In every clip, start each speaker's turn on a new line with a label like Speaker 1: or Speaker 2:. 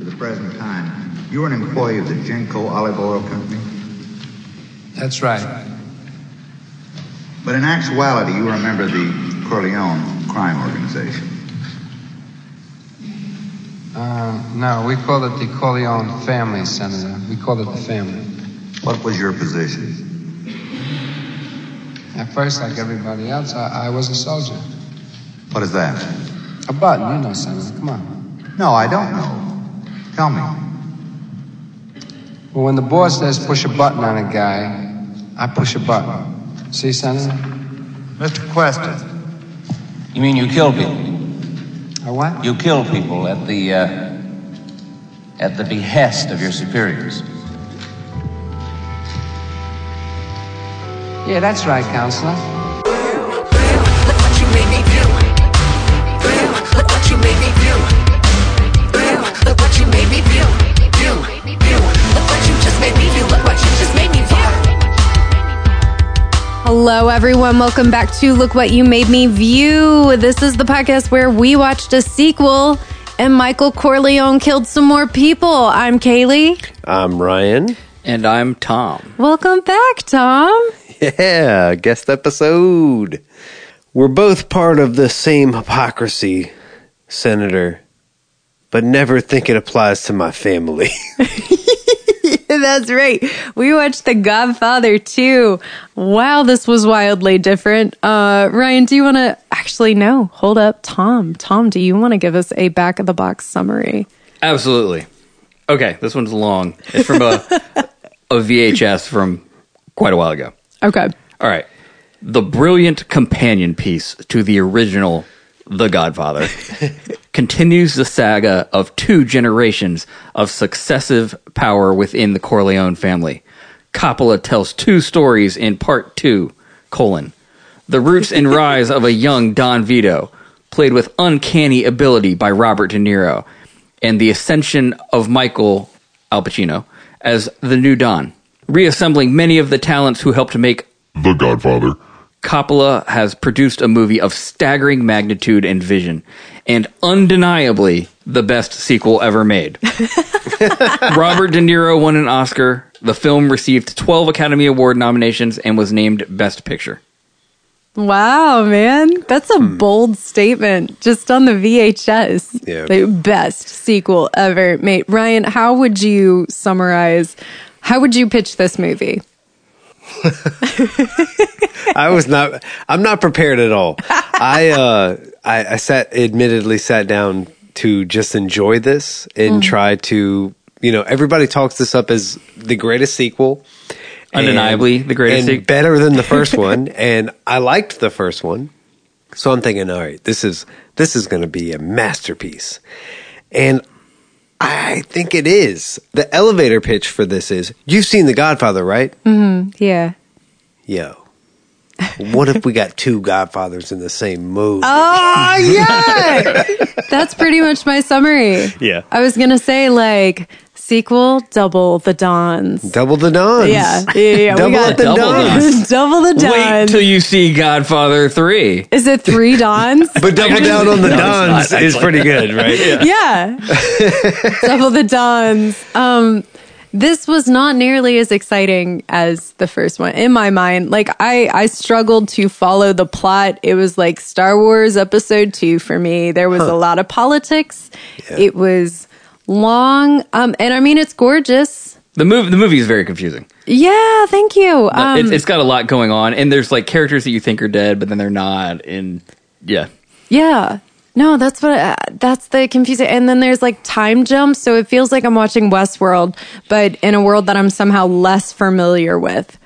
Speaker 1: this present time, you're an employee of the Genco Olive Oil Company?
Speaker 2: That's right.
Speaker 1: But in actuality, you were a member of the Corleone crime organization.
Speaker 2: Uh, no, we call it the Corleone family, Senator. We call it the family.
Speaker 1: What was your position?
Speaker 2: At first, like everybody else, I, I was a soldier.
Speaker 1: What is that?
Speaker 2: A button, you know, Senator. Come on.
Speaker 1: No, I don't know. Tell me.
Speaker 2: Well, when the boss says push a button on a guy, I push a button. See, Senator?
Speaker 3: Mr. Queston.
Speaker 4: You mean you kill people?
Speaker 2: A what?
Speaker 4: You kill people at the uh, at the behest of your superiors.
Speaker 2: Yeah, that's right, Counselor.
Speaker 5: Look what you made me do. Do. Look what you made me do. Do. Look what you made me do. Do. Do. Look what you just made me do. Look what you just made me do.
Speaker 6: Hello, everyone. Welcome back to Look What You Made Me View. This is the podcast where we watched a sequel and Michael Corleone killed some more people. I'm Kaylee.
Speaker 7: I'm Ryan.
Speaker 8: And I'm Tom.
Speaker 6: Welcome back, Tom.
Speaker 7: Yeah, guest episode. We're both part of the same hypocrisy, Senator, but never think it applies to my family.
Speaker 6: That's right. We watched The Godfather 2. Wow, this was wildly different. Uh, Ryan, do you want to actually no? Hold up, Tom. Tom, do you want to give us a back of the box summary?
Speaker 8: Absolutely. Okay, this one's long. It's from a, a VHS from quite a while ago.
Speaker 6: Okay.
Speaker 8: All right. The brilliant companion piece to the original The Godfather continues the saga of two generations of successive power within the Corleone family. Coppola tells two stories in part two, colon. The roots and rise of a young Don Vito, played with uncanny ability by Robert De Niro, and the ascension of Michael Al Pacino as the new Don, reassembling many of the talents who helped make
Speaker 9: The Godfather.
Speaker 8: Coppola has produced a movie of staggering magnitude and vision, and undeniably the best sequel ever made. Robert De Niro won an Oscar. The film received 12 Academy Award nominations and was named Best Picture.
Speaker 6: Wow, man. That's a
Speaker 7: Hmm.
Speaker 6: bold statement just on the VHS.
Speaker 7: Yeah.
Speaker 6: The best sequel ever made. Ryan, how would you summarize? How would you pitch this movie?
Speaker 7: I was not I'm not prepared at all. I uh I, I sat admittedly sat down to just enjoy this and try to you know, everybody talks this up as the greatest sequel. and-
Speaker 8: Undeniably the greatest
Speaker 7: and
Speaker 8: sequ-
Speaker 7: better than the first one. and I liked the first one. So I'm thinking, all right, this is this is gonna be a masterpiece. And I think it is. The elevator pitch for this is you've seen The Godfather, right?
Speaker 6: Yeah.
Speaker 7: Yo. What if we got two Godfathers in the same movie?
Speaker 8: Ah,
Speaker 6: Oh, yeah. That's pretty much my summary.
Speaker 7: Yeah.
Speaker 6: I was going to say, like, sequel, double the Dons.
Speaker 7: Double the Dons.
Speaker 6: Yeah. Yeah. yeah, yeah.
Speaker 7: Double
Speaker 6: we got
Speaker 7: up the
Speaker 8: Double
Speaker 7: Dons.
Speaker 6: double the
Speaker 8: Wait
Speaker 6: Dons.
Speaker 8: till you see Godfather 3.
Speaker 6: Is it three Dons?
Speaker 7: But double down on the
Speaker 8: No, it's not,
Speaker 7: Dons is pretty good, right?
Speaker 6: yeah. Double the Dons. Um, this was not nearly as exciting as the first one in my mind. Like I, I struggled to follow the plot. It was like Star Wars Episode Two for me. There was a lot of politics. It was long. Um, and I mean, it's gorgeous.
Speaker 8: The movie, the movie is very confusing. Uh,
Speaker 6: Yeah, thank you. Um,
Speaker 8: it's, it's got a lot going on, and there's like characters that you think are dead, but then they're not. And yeah,
Speaker 6: Yeah. No, that's what uh, that's the confusing. And then there's like time jumps, so it feels like I'm watching Westworld, but in a world that I'm somehow less familiar with.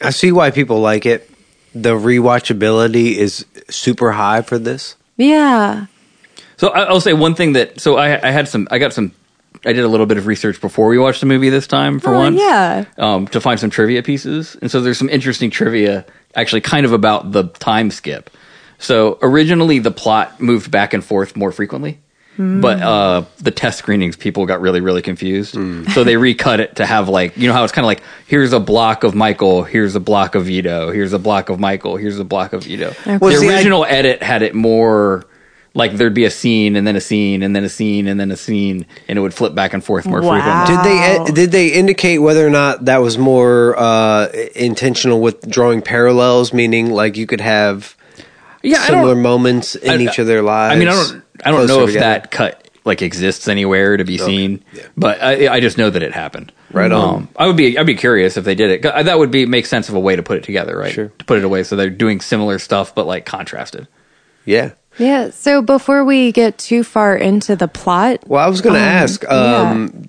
Speaker 7: I see why people like it. The rewatchability is super high for this.
Speaker 6: Yeah.
Speaker 8: So I- I'll say one thing that so I, I had some I got some I did a little bit of research before we watched the movie this time for
Speaker 6: Oh,
Speaker 8: once
Speaker 6: yeah.
Speaker 8: um, to find some trivia pieces and so there's some interesting trivia actually kind of about the time skip. So originally the plot moved back and forth more frequently. But uh, the test screenings, people got really, really confused.
Speaker 7: Hmm.
Speaker 8: So they recut it to have like, you know how it's kind of like, here's a block of Michael, here's a block of Vito, here's a block of Michael, here's a block of Vito.
Speaker 7: Well,
Speaker 8: the
Speaker 7: see, I-
Speaker 8: original edit had it more Like there'd be a scene and then a scene and then a scene and then a scene, and it would flip back and forth more
Speaker 6: Wow.
Speaker 8: frequently.
Speaker 7: Did
Speaker 6: Wow.
Speaker 7: they e-, did they indicate whether or not that was more uh, intentional with drawing parallels, meaning like you could have
Speaker 8: Yeah, I
Speaker 7: similar
Speaker 8: don't.
Speaker 7: moments in
Speaker 8: I-
Speaker 7: each of their lives?
Speaker 8: I mean, I don't. I don't know
Speaker 7: closer
Speaker 8: if
Speaker 7: together?
Speaker 8: that cut like exists anywhere to be seen, but I, I just know that it happened. Um,
Speaker 7: Right on.
Speaker 8: I would be. I'd be curious if they did it. 'Cause That would be make sense of a way to put it together, right?
Speaker 7: Sure.
Speaker 8: To put it away so they're doing similar stuff but like contrasted.
Speaker 7: Yeah.
Speaker 6: Yeah. So before we get too far into the plot,
Speaker 7: Well, I was going to
Speaker 6: Um,
Speaker 7: ask.
Speaker 6: yeah.
Speaker 7: Um,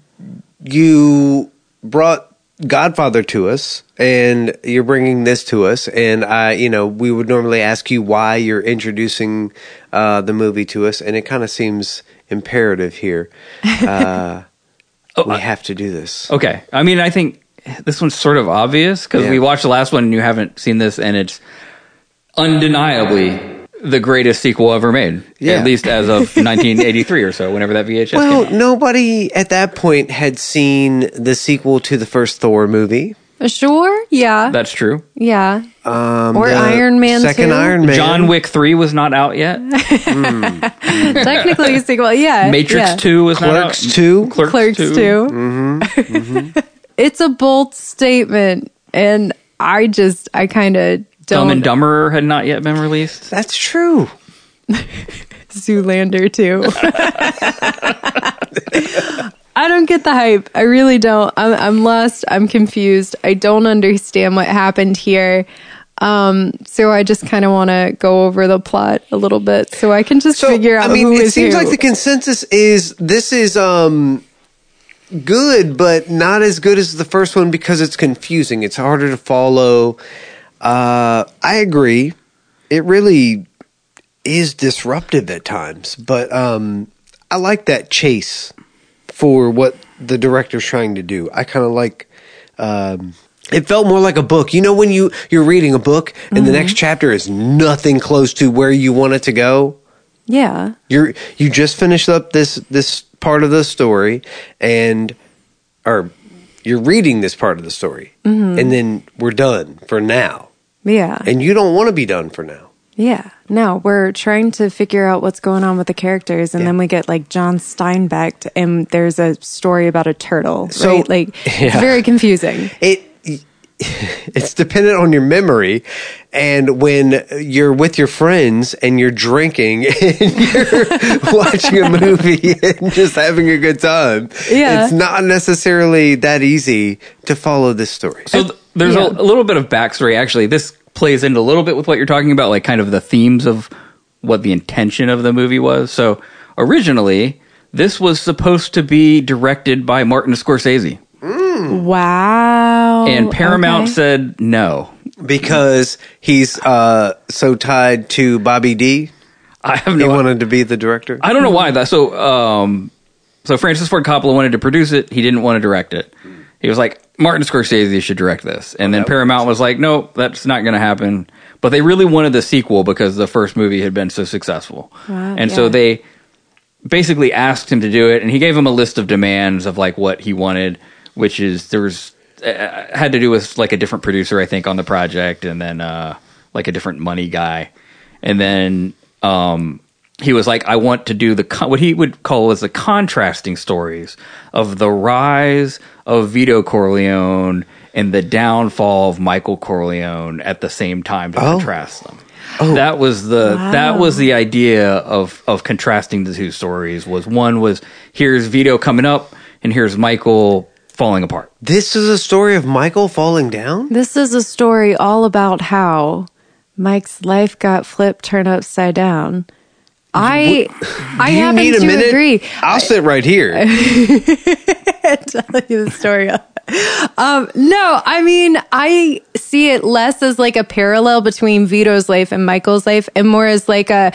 Speaker 7: You brought Godfather to us, and you're bringing this to us, and I, you know, we would normally ask you why you're introducing uh, the movie to us, and it kind of seems imperative here.
Speaker 8: Oh,
Speaker 7: Uh, we have to do this.
Speaker 8: Okay. I mean, I think this one's sort of obvious because
Speaker 7: Yeah.
Speaker 8: we watched the last one and you haven't seen this, and it's undeniably the greatest sequel ever made.
Speaker 7: Yeah.
Speaker 8: At least as of 1983 or so, whenever that VHS came
Speaker 7: Well,
Speaker 8: out.
Speaker 7: nobody at that point had seen the sequel to the first Thor movie.
Speaker 6: Uh, sure. Yeah.
Speaker 8: That's true.
Speaker 6: yeah.
Speaker 7: Um,
Speaker 6: Or
Speaker 7: the
Speaker 6: Iron Man
Speaker 7: Second
Speaker 6: 2.
Speaker 7: Iron Man.
Speaker 8: John Wick 3 was not out yet.
Speaker 6: Technically a sequel. Yeah.
Speaker 8: Matrix
Speaker 6: yeah.
Speaker 8: 2 was not out.
Speaker 7: Clerks 2.
Speaker 8: Clerks,
Speaker 6: Clerks 2.
Speaker 8: 2.
Speaker 7: Mm-hmm.
Speaker 6: it's a bold statement. And I just, I kind of don't.
Speaker 8: Dumb and Dumberer had not yet been released.
Speaker 7: That's true.
Speaker 6: Zoolander too. I don't get the hype. I really don't. I'm, I'm lost. I'm confused. I don't understand what happened here. Um, so I just kind of want to go over the plot a little bit so I can just figure out
Speaker 7: I mean,
Speaker 6: who
Speaker 7: it
Speaker 6: is
Speaker 7: seems
Speaker 6: who.
Speaker 7: like the consensus is this is um good, but not as good as the first one because it's confusing. It's harder to follow. Uh, I agree. It really is disruptive at times, but um, I like that chase for what the director's trying to do. I kind of like. Um, it felt more like a book. You know when you you're reading a book and the next
Speaker 6: Mm-hmm.
Speaker 7: chapter is nothing close to where you want it to go
Speaker 6: yeah.
Speaker 7: you're you just finished up this this part of the story and or you're reading this part of the story and then we're done for now
Speaker 6: Yeah.
Speaker 7: and you don't want to be done for now
Speaker 6: Yeah. No, we're trying to figure out what's going on with the characters, and then we get like John Steinbeck, and there's a story about a turtle.
Speaker 7: So-
Speaker 6: right? Like, it's very confusing.
Speaker 7: it it's dependent on your memory and when you're with your friends and you're drinking and you're watching a movie and just having a good time
Speaker 6: Yeah.
Speaker 7: it's not necessarily that easy to follow this story
Speaker 8: So th- there's
Speaker 6: Yeah.
Speaker 8: a, a little bit of backstory. Actually, this plays into a little bit with what you're talking about, like kind of the themes of what the intention of the movie was. So originally, this was supposed to be directed by Martin Scorsese,
Speaker 6: Wow.
Speaker 8: and Paramount
Speaker 6: Oh, okay.
Speaker 8: said no.
Speaker 7: because he's uh, so tied to Bobby D.
Speaker 8: I have
Speaker 7: He
Speaker 8: no.
Speaker 7: wanted to be the director.
Speaker 8: I don't know why that. So um, so Francis Ford Coppola wanted to produce it. He didn't want to direct it. He was like Martin Scorsese should direct this, and then Paramount was like, no, that's not going to happen. But they really wanted the sequel because the first movie had been so successful,
Speaker 6: Wow,
Speaker 8: and so
Speaker 6: yeah.
Speaker 8: they basically asked him to do it, and he gave him a list of demands of like what he wanted, which is there was uh, had to do with like a different producer, I think, on the project, and then uh, like a different money guy, and then um, he was like, I want to do the con- what he would call as the contrasting stories of the rise of Vito Corleone and the downfall of Michael Corleone at the same time to contrast them. That was the that was the idea of of contrasting the two stories was one was here's Vito coming up and here's Michael falling apart.
Speaker 7: this is a story of Michael falling down.
Speaker 6: This is a story all about how Mike's life got flipped, turned upside down. I, I
Speaker 7: You
Speaker 6: happen
Speaker 7: need a
Speaker 6: to
Speaker 7: minute.
Speaker 6: agree.
Speaker 7: I'll sit right here.
Speaker 6: tell you the story. um, no, I mean, I see it less as like a parallel between Vito's life and Michael's life, and more as like a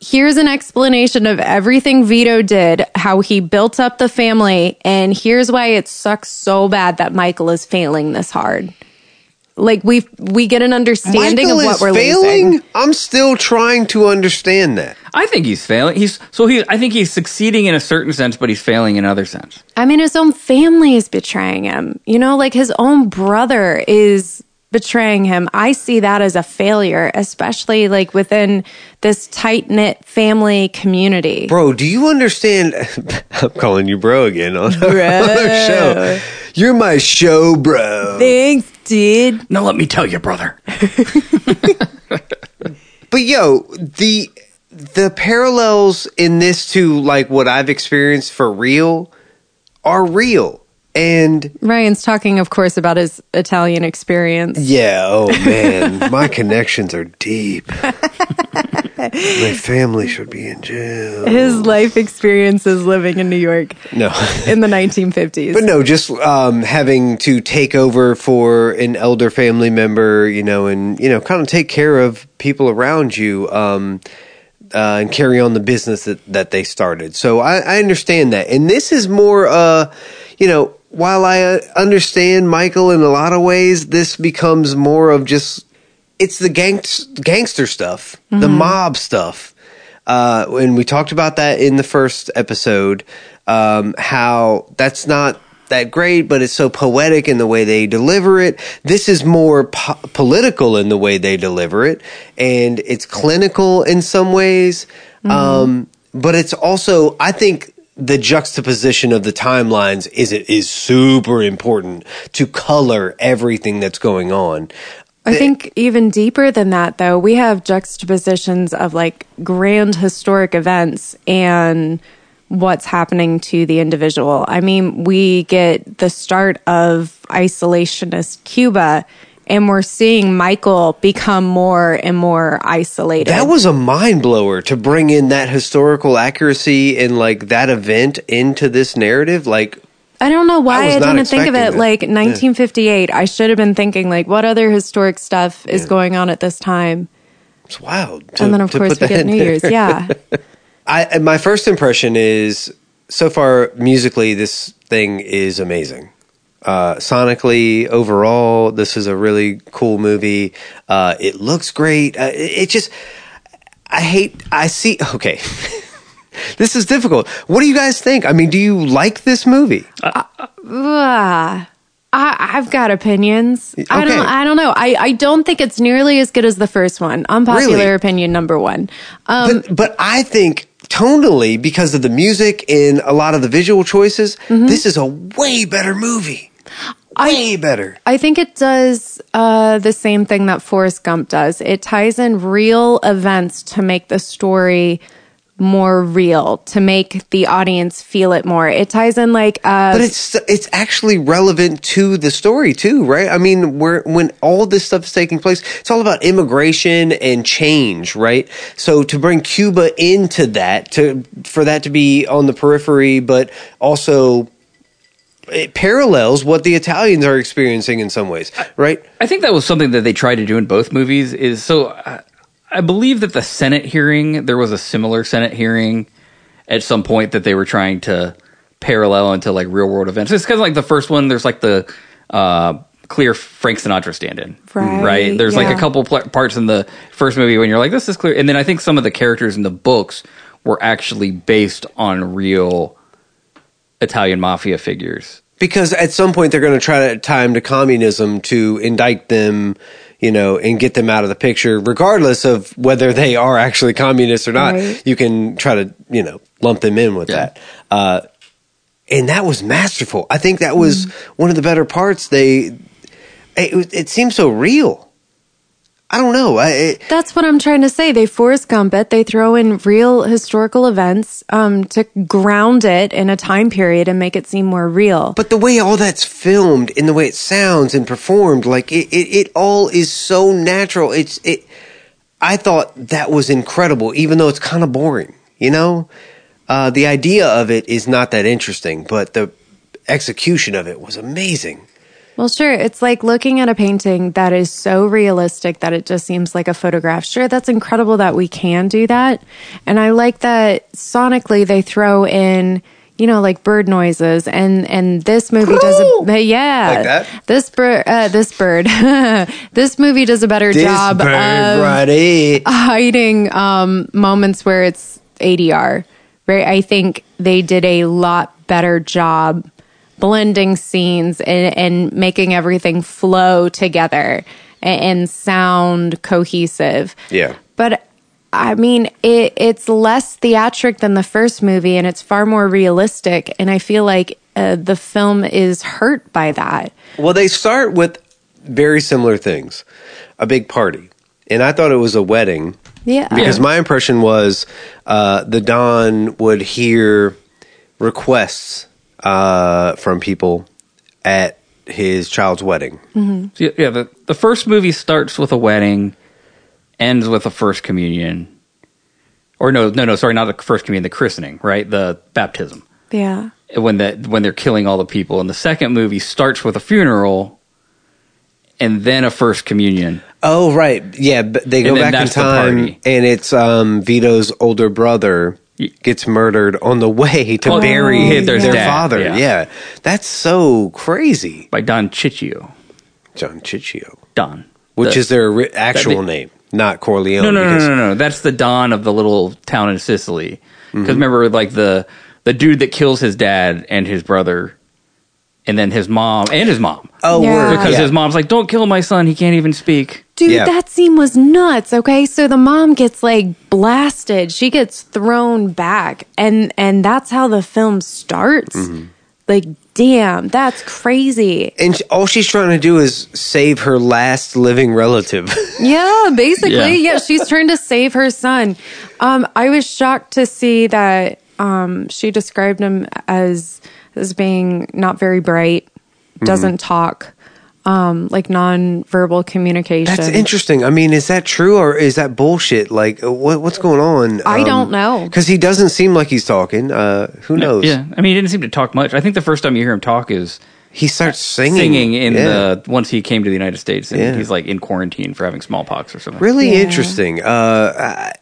Speaker 6: here's an explanation of everything Vito did, how he built up the family, and here's why it sucks so bad that Michael is failing this hard. Like we we get an understanding
Speaker 7: Michael
Speaker 6: of what
Speaker 7: is
Speaker 6: we're
Speaker 7: failing.
Speaker 6: losing.
Speaker 7: I'm still trying to understand that.
Speaker 8: I think he's failing. He's so he I think he's succeeding in a certain sense, but he's failing in another sense.
Speaker 6: I mean, his own family is betraying him. You know, like his own brother is betraying him. I see that as a failure, especially like within this tight knit family community.
Speaker 7: Bro, do you understand? I'm calling you bro again on our
Speaker 6: Bro.
Speaker 7: other show. You're my show, bro.
Speaker 6: Thanks, dude.
Speaker 8: Now let me tell you, brother.
Speaker 7: But yo, the the parallels in this to like what I've experienced for real are real. And
Speaker 6: Ryan's talking, of course, about his Italian experience.
Speaker 7: yeah, oh man, my connections are deep. my family should be in jail.
Speaker 6: His life experiences living in New York
Speaker 7: No.
Speaker 6: in the 1950s.
Speaker 7: But no, just um, having to take over for an elder family member, you know, and you know, kind of take care of people around you, um, uh, and carry on the business that, that they started. So I, I understand that, and this is more, uh, you know, while I uh, understand Michael in a lot of ways, this becomes more of just it's the gangs- gangster stuff, the
Speaker 6: Mm-hmm.
Speaker 7: mob stuff. Uh, and we talked about that in the first episode, um, how that's not that great, but it's so poetic in the way they deliver it. This is more po- political in the way they deliver it, and it's clinical in some ways.
Speaker 6: Mm-hmm.
Speaker 7: Um, but it's also, I think, the juxtaposition of the timelines is it is super important to color everything that's going on.
Speaker 6: I think even deeper than that, though, we have juxtapositions of like grand historic events and what's happening to the individual. I mean, we get the start of isolationist Cuba, and we're seeing Michael become more and more isolated.
Speaker 7: That was a mind blower to bring in that historical accuracy and like that event into this narrative. Like,
Speaker 6: I don't know why
Speaker 7: I was
Speaker 6: I,
Speaker 7: not
Speaker 6: didn't think of it
Speaker 7: expecting that.
Speaker 6: like
Speaker 7: Yeah.
Speaker 6: 1958. I should have been thinking like, what other historic stuff is going on at this time?
Speaker 7: it's wild. to-
Speaker 6: And then of
Speaker 7: to
Speaker 6: course
Speaker 7: put
Speaker 6: we
Speaker 7: that
Speaker 6: get
Speaker 7: in
Speaker 6: New
Speaker 7: there.
Speaker 6: Year's. Yeah.
Speaker 7: I and my first impression is so far musically, this thing is amazing. Uh, sonically, overall, this is a really cool movie. Uh, it looks great. Uh, it, it just, I hate. I see. Okay, this is difficult. What do you guys think? I mean, do you like this movie?
Speaker 6: Ah, I, I've got opinions. I
Speaker 7: Okay.
Speaker 6: don't. I don't know. I, I don't think it's nearly as good as the first one. Unpopular
Speaker 7: Really?
Speaker 6: opinion number one. Um,
Speaker 7: but but I think tonally because of the music and a lot of the visual choices, this is a way better movie. Way better.
Speaker 6: Mm-hmm. I think it does uh, the same thing that Forrest Gump does. It ties in real events to make the story more real, to make the audience feel it more. It ties in like uh,
Speaker 7: But it's it's actually relevant to the story too, right? I mean, where when all this stuff is taking place, it's all about immigration and change, right? So to bring Cuba into that, to for that to be on the periphery, but also it parallels what the Italians are experiencing in some ways, right?
Speaker 8: I think that was something that they tried to do in both movies. Is so I, I believe that the Senate hearing there was a similar Senate hearing at some point that they were trying to parallel into like real world events. It's kind of like the first one. There's like the uh, clear Frank Sinatra stand-in,
Speaker 6: Right,
Speaker 8: There's like
Speaker 6: yeah.
Speaker 8: a couple pl- parts in the first movie when you're like, this is clear, and then I think some of the characters in the books were actually based on real Italian mafia figures.
Speaker 7: because at some point they're going to try to tie them to communism to indict them you know and get them out of the picture regardless of whether they are actually communists or not
Speaker 6: Right.
Speaker 7: you can try to you know lump them in with that uh, and that was masterful i think that was one of the better parts they it, was- it seemed so real i don't know I, it,
Speaker 6: That's what I'm trying to say. They Forrest Gump it. They throw in real historical events um, to ground it in a time period and make it seem more real.
Speaker 7: But the way all that's filmed and the way it sounds and performed, like it, it, it all is so natural. It's it. I thought that was incredible, even though it's kind of boring. You know, uh, the idea of it is not that interesting, but the execution of it was amazing.
Speaker 6: well, sure. It's like looking at a painting that is so realistic that it just seems like a photograph. Sure, that's incredible that we can do that. And I like that sonically they throw in. You know, like bird noises, and and this movie does a yeah.
Speaker 7: Like that?
Speaker 6: This bird, uh, this bird, this movie does a better job of
Speaker 7: right here.
Speaker 6: hiding um, moments where it's ADR, right? I think they did a lot better job blending scenes and, and making everything flow together. a- and sound cohesive.
Speaker 7: Yeah.
Speaker 6: But I mean, it, it's less theatric than the first movie, and it's far more realistic. And I feel like uh, the film is hurt by that.
Speaker 7: Well, they start with very similar things a big party. And I thought it was a wedding
Speaker 6: Yeah.
Speaker 7: because my impression was uh, the Don would hear requests uh, from people at his child's wedding.
Speaker 8: So, yeah, yeah, the, the first movie starts with a wedding, ends with a first communion. Or no, no, no, sorry, not the first communion, the christening, right? The baptism.
Speaker 6: yeah.
Speaker 8: When that when they're killing all the people. And the second movie starts with a funeral and then a first communion.
Speaker 7: Oh, right. Yeah, but they go
Speaker 8: then
Speaker 7: back in
Speaker 8: that's the
Speaker 7: time,
Speaker 8: party.
Speaker 7: and it's um, Vito's older brother
Speaker 8: Ye-
Speaker 7: gets murdered on the way to
Speaker 8: Oh,
Speaker 7: bury
Speaker 8: hit
Speaker 7: their
Speaker 8: their dad,
Speaker 7: father. Yeah.
Speaker 8: yeah.
Speaker 7: that's so crazy.
Speaker 8: By Don Ciccio.
Speaker 7: John Ciccio,
Speaker 8: Don.
Speaker 7: which
Speaker 8: The-
Speaker 7: is their ri- actual
Speaker 8: be-
Speaker 7: name, not Corleone.
Speaker 8: No, no, no,
Speaker 7: because-
Speaker 8: no, no, no. Mm-hmm. That's the Don of the little town in Sicily. Because remember, like the the dude that kills his dad and his brother, and then his mom and his mom.
Speaker 7: Oh,
Speaker 6: Yeah.
Speaker 7: word.
Speaker 8: because
Speaker 7: Yeah.
Speaker 8: his mom's like, "Don't kill my son. He can't even speak."
Speaker 6: Dude,
Speaker 7: Yeah.
Speaker 6: that scene was nuts. Okay, so the mom gets like blasted. She gets thrown back, and and that's how the film starts. Like, damn, that's crazy.
Speaker 7: and sh- all she's trying to do is save her last living relative.
Speaker 6: Yeah, basically, yeah.
Speaker 8: Yeah.
Speaker 6: she's trying to save her son. Um, I was shocked to see that um, she described him as as being not very bright,
Speaker 8: Mm-hmm.
Speaker 6: doesn't talk, um, like nonverbal communication.
Speaker 7: That's interesting. I mean, is that true or is that bullshit? Like, uh, what, what's going on?
Speaker 6: I don't know.
Speaker 7: because he doesn't seem like he's talking. Uh, who knows?
Speaker 8: Yeah, I mean, he didn't seem to talk much. I think the first time you hear him talk is
Speaker 7: he starts singing,
Speaker 8: singing in
Speaker 7: Yeah.
Speaker 8: the once he came to the United States, and
Speaker 7: Yeah.
Speaker 8: he's like in quarantine for having smallpox or something.
Speaker 7: Really
Speaker 6: Yeah.
Speaker 7: interesting. Uh, I,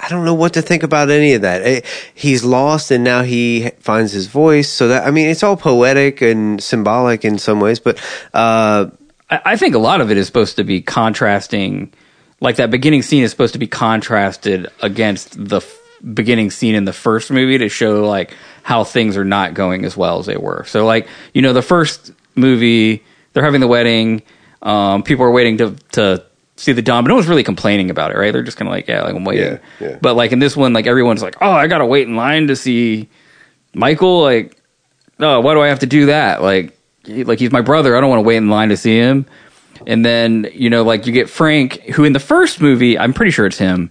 Speaker 7: I don't know what to think about any of that. Eh, he's lost, and now he finds his voice. So that I mean, it's all poetic and symbolic in some ways. But uh,
Speaker 8: I, I think a lot of it is supposed to be contrasting, like that beginning scene is supposed to be contrasted against the f- beginning scene in the first movie to show like how things are not going as well as they were. So like you know the first movie they're having the wedding, um, people are waiting to to see the Don, but no one's really complaining about it, right? They're just kind of like yeah, like I'm waiting.
Speaker 7: Yeah, yeah.
Speaker 8: But like in this one, like everyone's like oh I gotta wait in line to see Michael, like oh, why do I have to do that? Like, he- like he's my brother. I don't want to wait in line to see him. And then you know, like you get Frank, who in the first movie, I'm pretty sure it's him.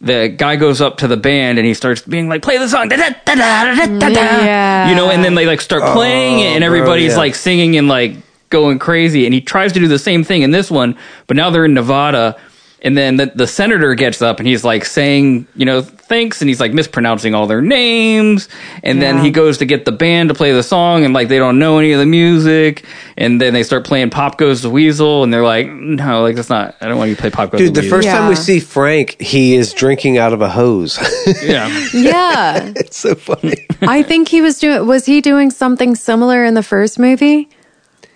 Speaker 8: The guy goes up to the band and he starts being like, "Play the song." da, da, da, da, da, da, da."
Speaker 6: Yeah.
Speaker 8: You know, and then they like start playing it, and everybody's
Speaker 7: yeah.
Speaker 8: like singing and like going crazy. And he tries to do the same thing in this one, but now they're in Nevada. And then the, the senator gets up and he's like saying, you know, thanks. And he's like mispronouncing all their names. And then
Speaker 6: Yeah.
Speaker 8: he goes to get the band to play the song. And like they don't know any of the music. And then they start playing Pop Goes the Weasel. And they're like, no, like that's not, I don't want you to play Pop Goes
Speaker 7: dude,
Speaker 8: the
Speaker 7: the
Speaker 8: Weasel.
Speaker 7: first time we
Speaker 6: Yeah.
Speaker 7: see Frank, he is drinking out of a hose.
Speaker 8: yeah.
Speaker 6: yeah.
Speaker 7: it's so funny.
Speaker 6: I think he was doing. Was he doing something similar in the first movie?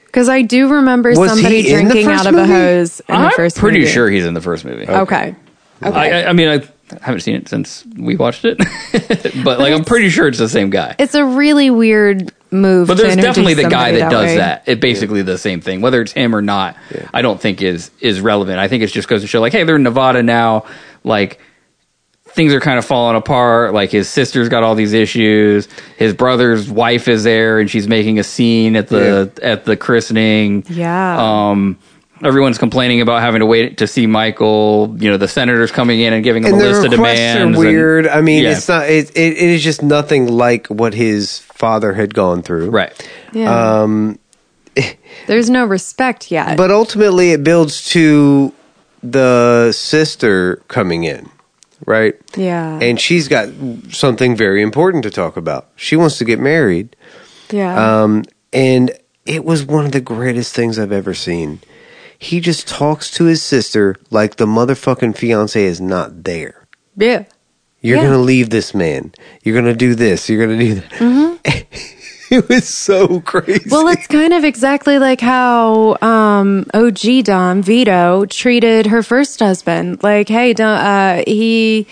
Speaker 6: Because I do remember
Speaker 7: Was
Speaker 6: somebody
Speaker 7: he in the
Speaker 6: drinking
Speaker 7: first
Speaker 6: out of a
Speaker 7: movie?
Speaker 6: hose in the
Speaker 8: I'm
Speaker 6: first.
Speaker 8: pretty
Speaker 6: movie.
Speaker 8: sure he's in the first movie.
Speaker 6: Okay.
Speaker 8: I, I, I mean, I haven't seen it since we watched it, but like I'm pretty sure it's the same guy.
Speaker 6: It's a really weird move.
Speaker 8: But
Speaker 6: to
Speaker 8: there's
Speaker 6: introduce
Speaker 8: definitely the guy
Speaker 6: somebody
Speaker 8: that, does
Speaker 6: way.
Speaker 8: that. It basically the same thing, whether it's him or not. I don't think is is relevant. I think it just goes to show, like, hey, they're in Nevada now. Like things are kind of falling apart. Like his sister's got all these issues. His brother's wife is there, and she's making a scene at the at the christening.
Speaker 6: Yeah.
Speaker 8: Um, everyone's complaining about having to wait to see Michael. You know, the senator's coming in and giving him a list of demands. and-
Speaker 7: weird. I mean,
Speaker 8: Yeah.
Speaker 7: it's not. It, it, it is just nothing like what his father had gone through.
Speaker 8: right.
Speaker 7: Uh,
Speaker 6: yeah. Um. There's no respect yet.
Speaker 7: But ultimately, it builds to the sister coming in, right?
Speaker 6: yeah.
Speaker 7: And she's got something very important to talk about. She wants to get married.
Speaker 6: yeah.
Speaker 7: Um, and it was one of the greatest things I've ever seen. He just talks to his sister like the motherfucking fiance is not there.
Speaker 6: yeah.
Speaker 7: You're
Speaker 6: Yeah.
Speaker 7: going to leave this man. You're going to do this. You're going to do that. it was so crazy.
Speaker 6: Mm-hmm. Well, it's kind of exactly like how um, OG Dom Vito treated her first husband. Like, hey, don't, uh, he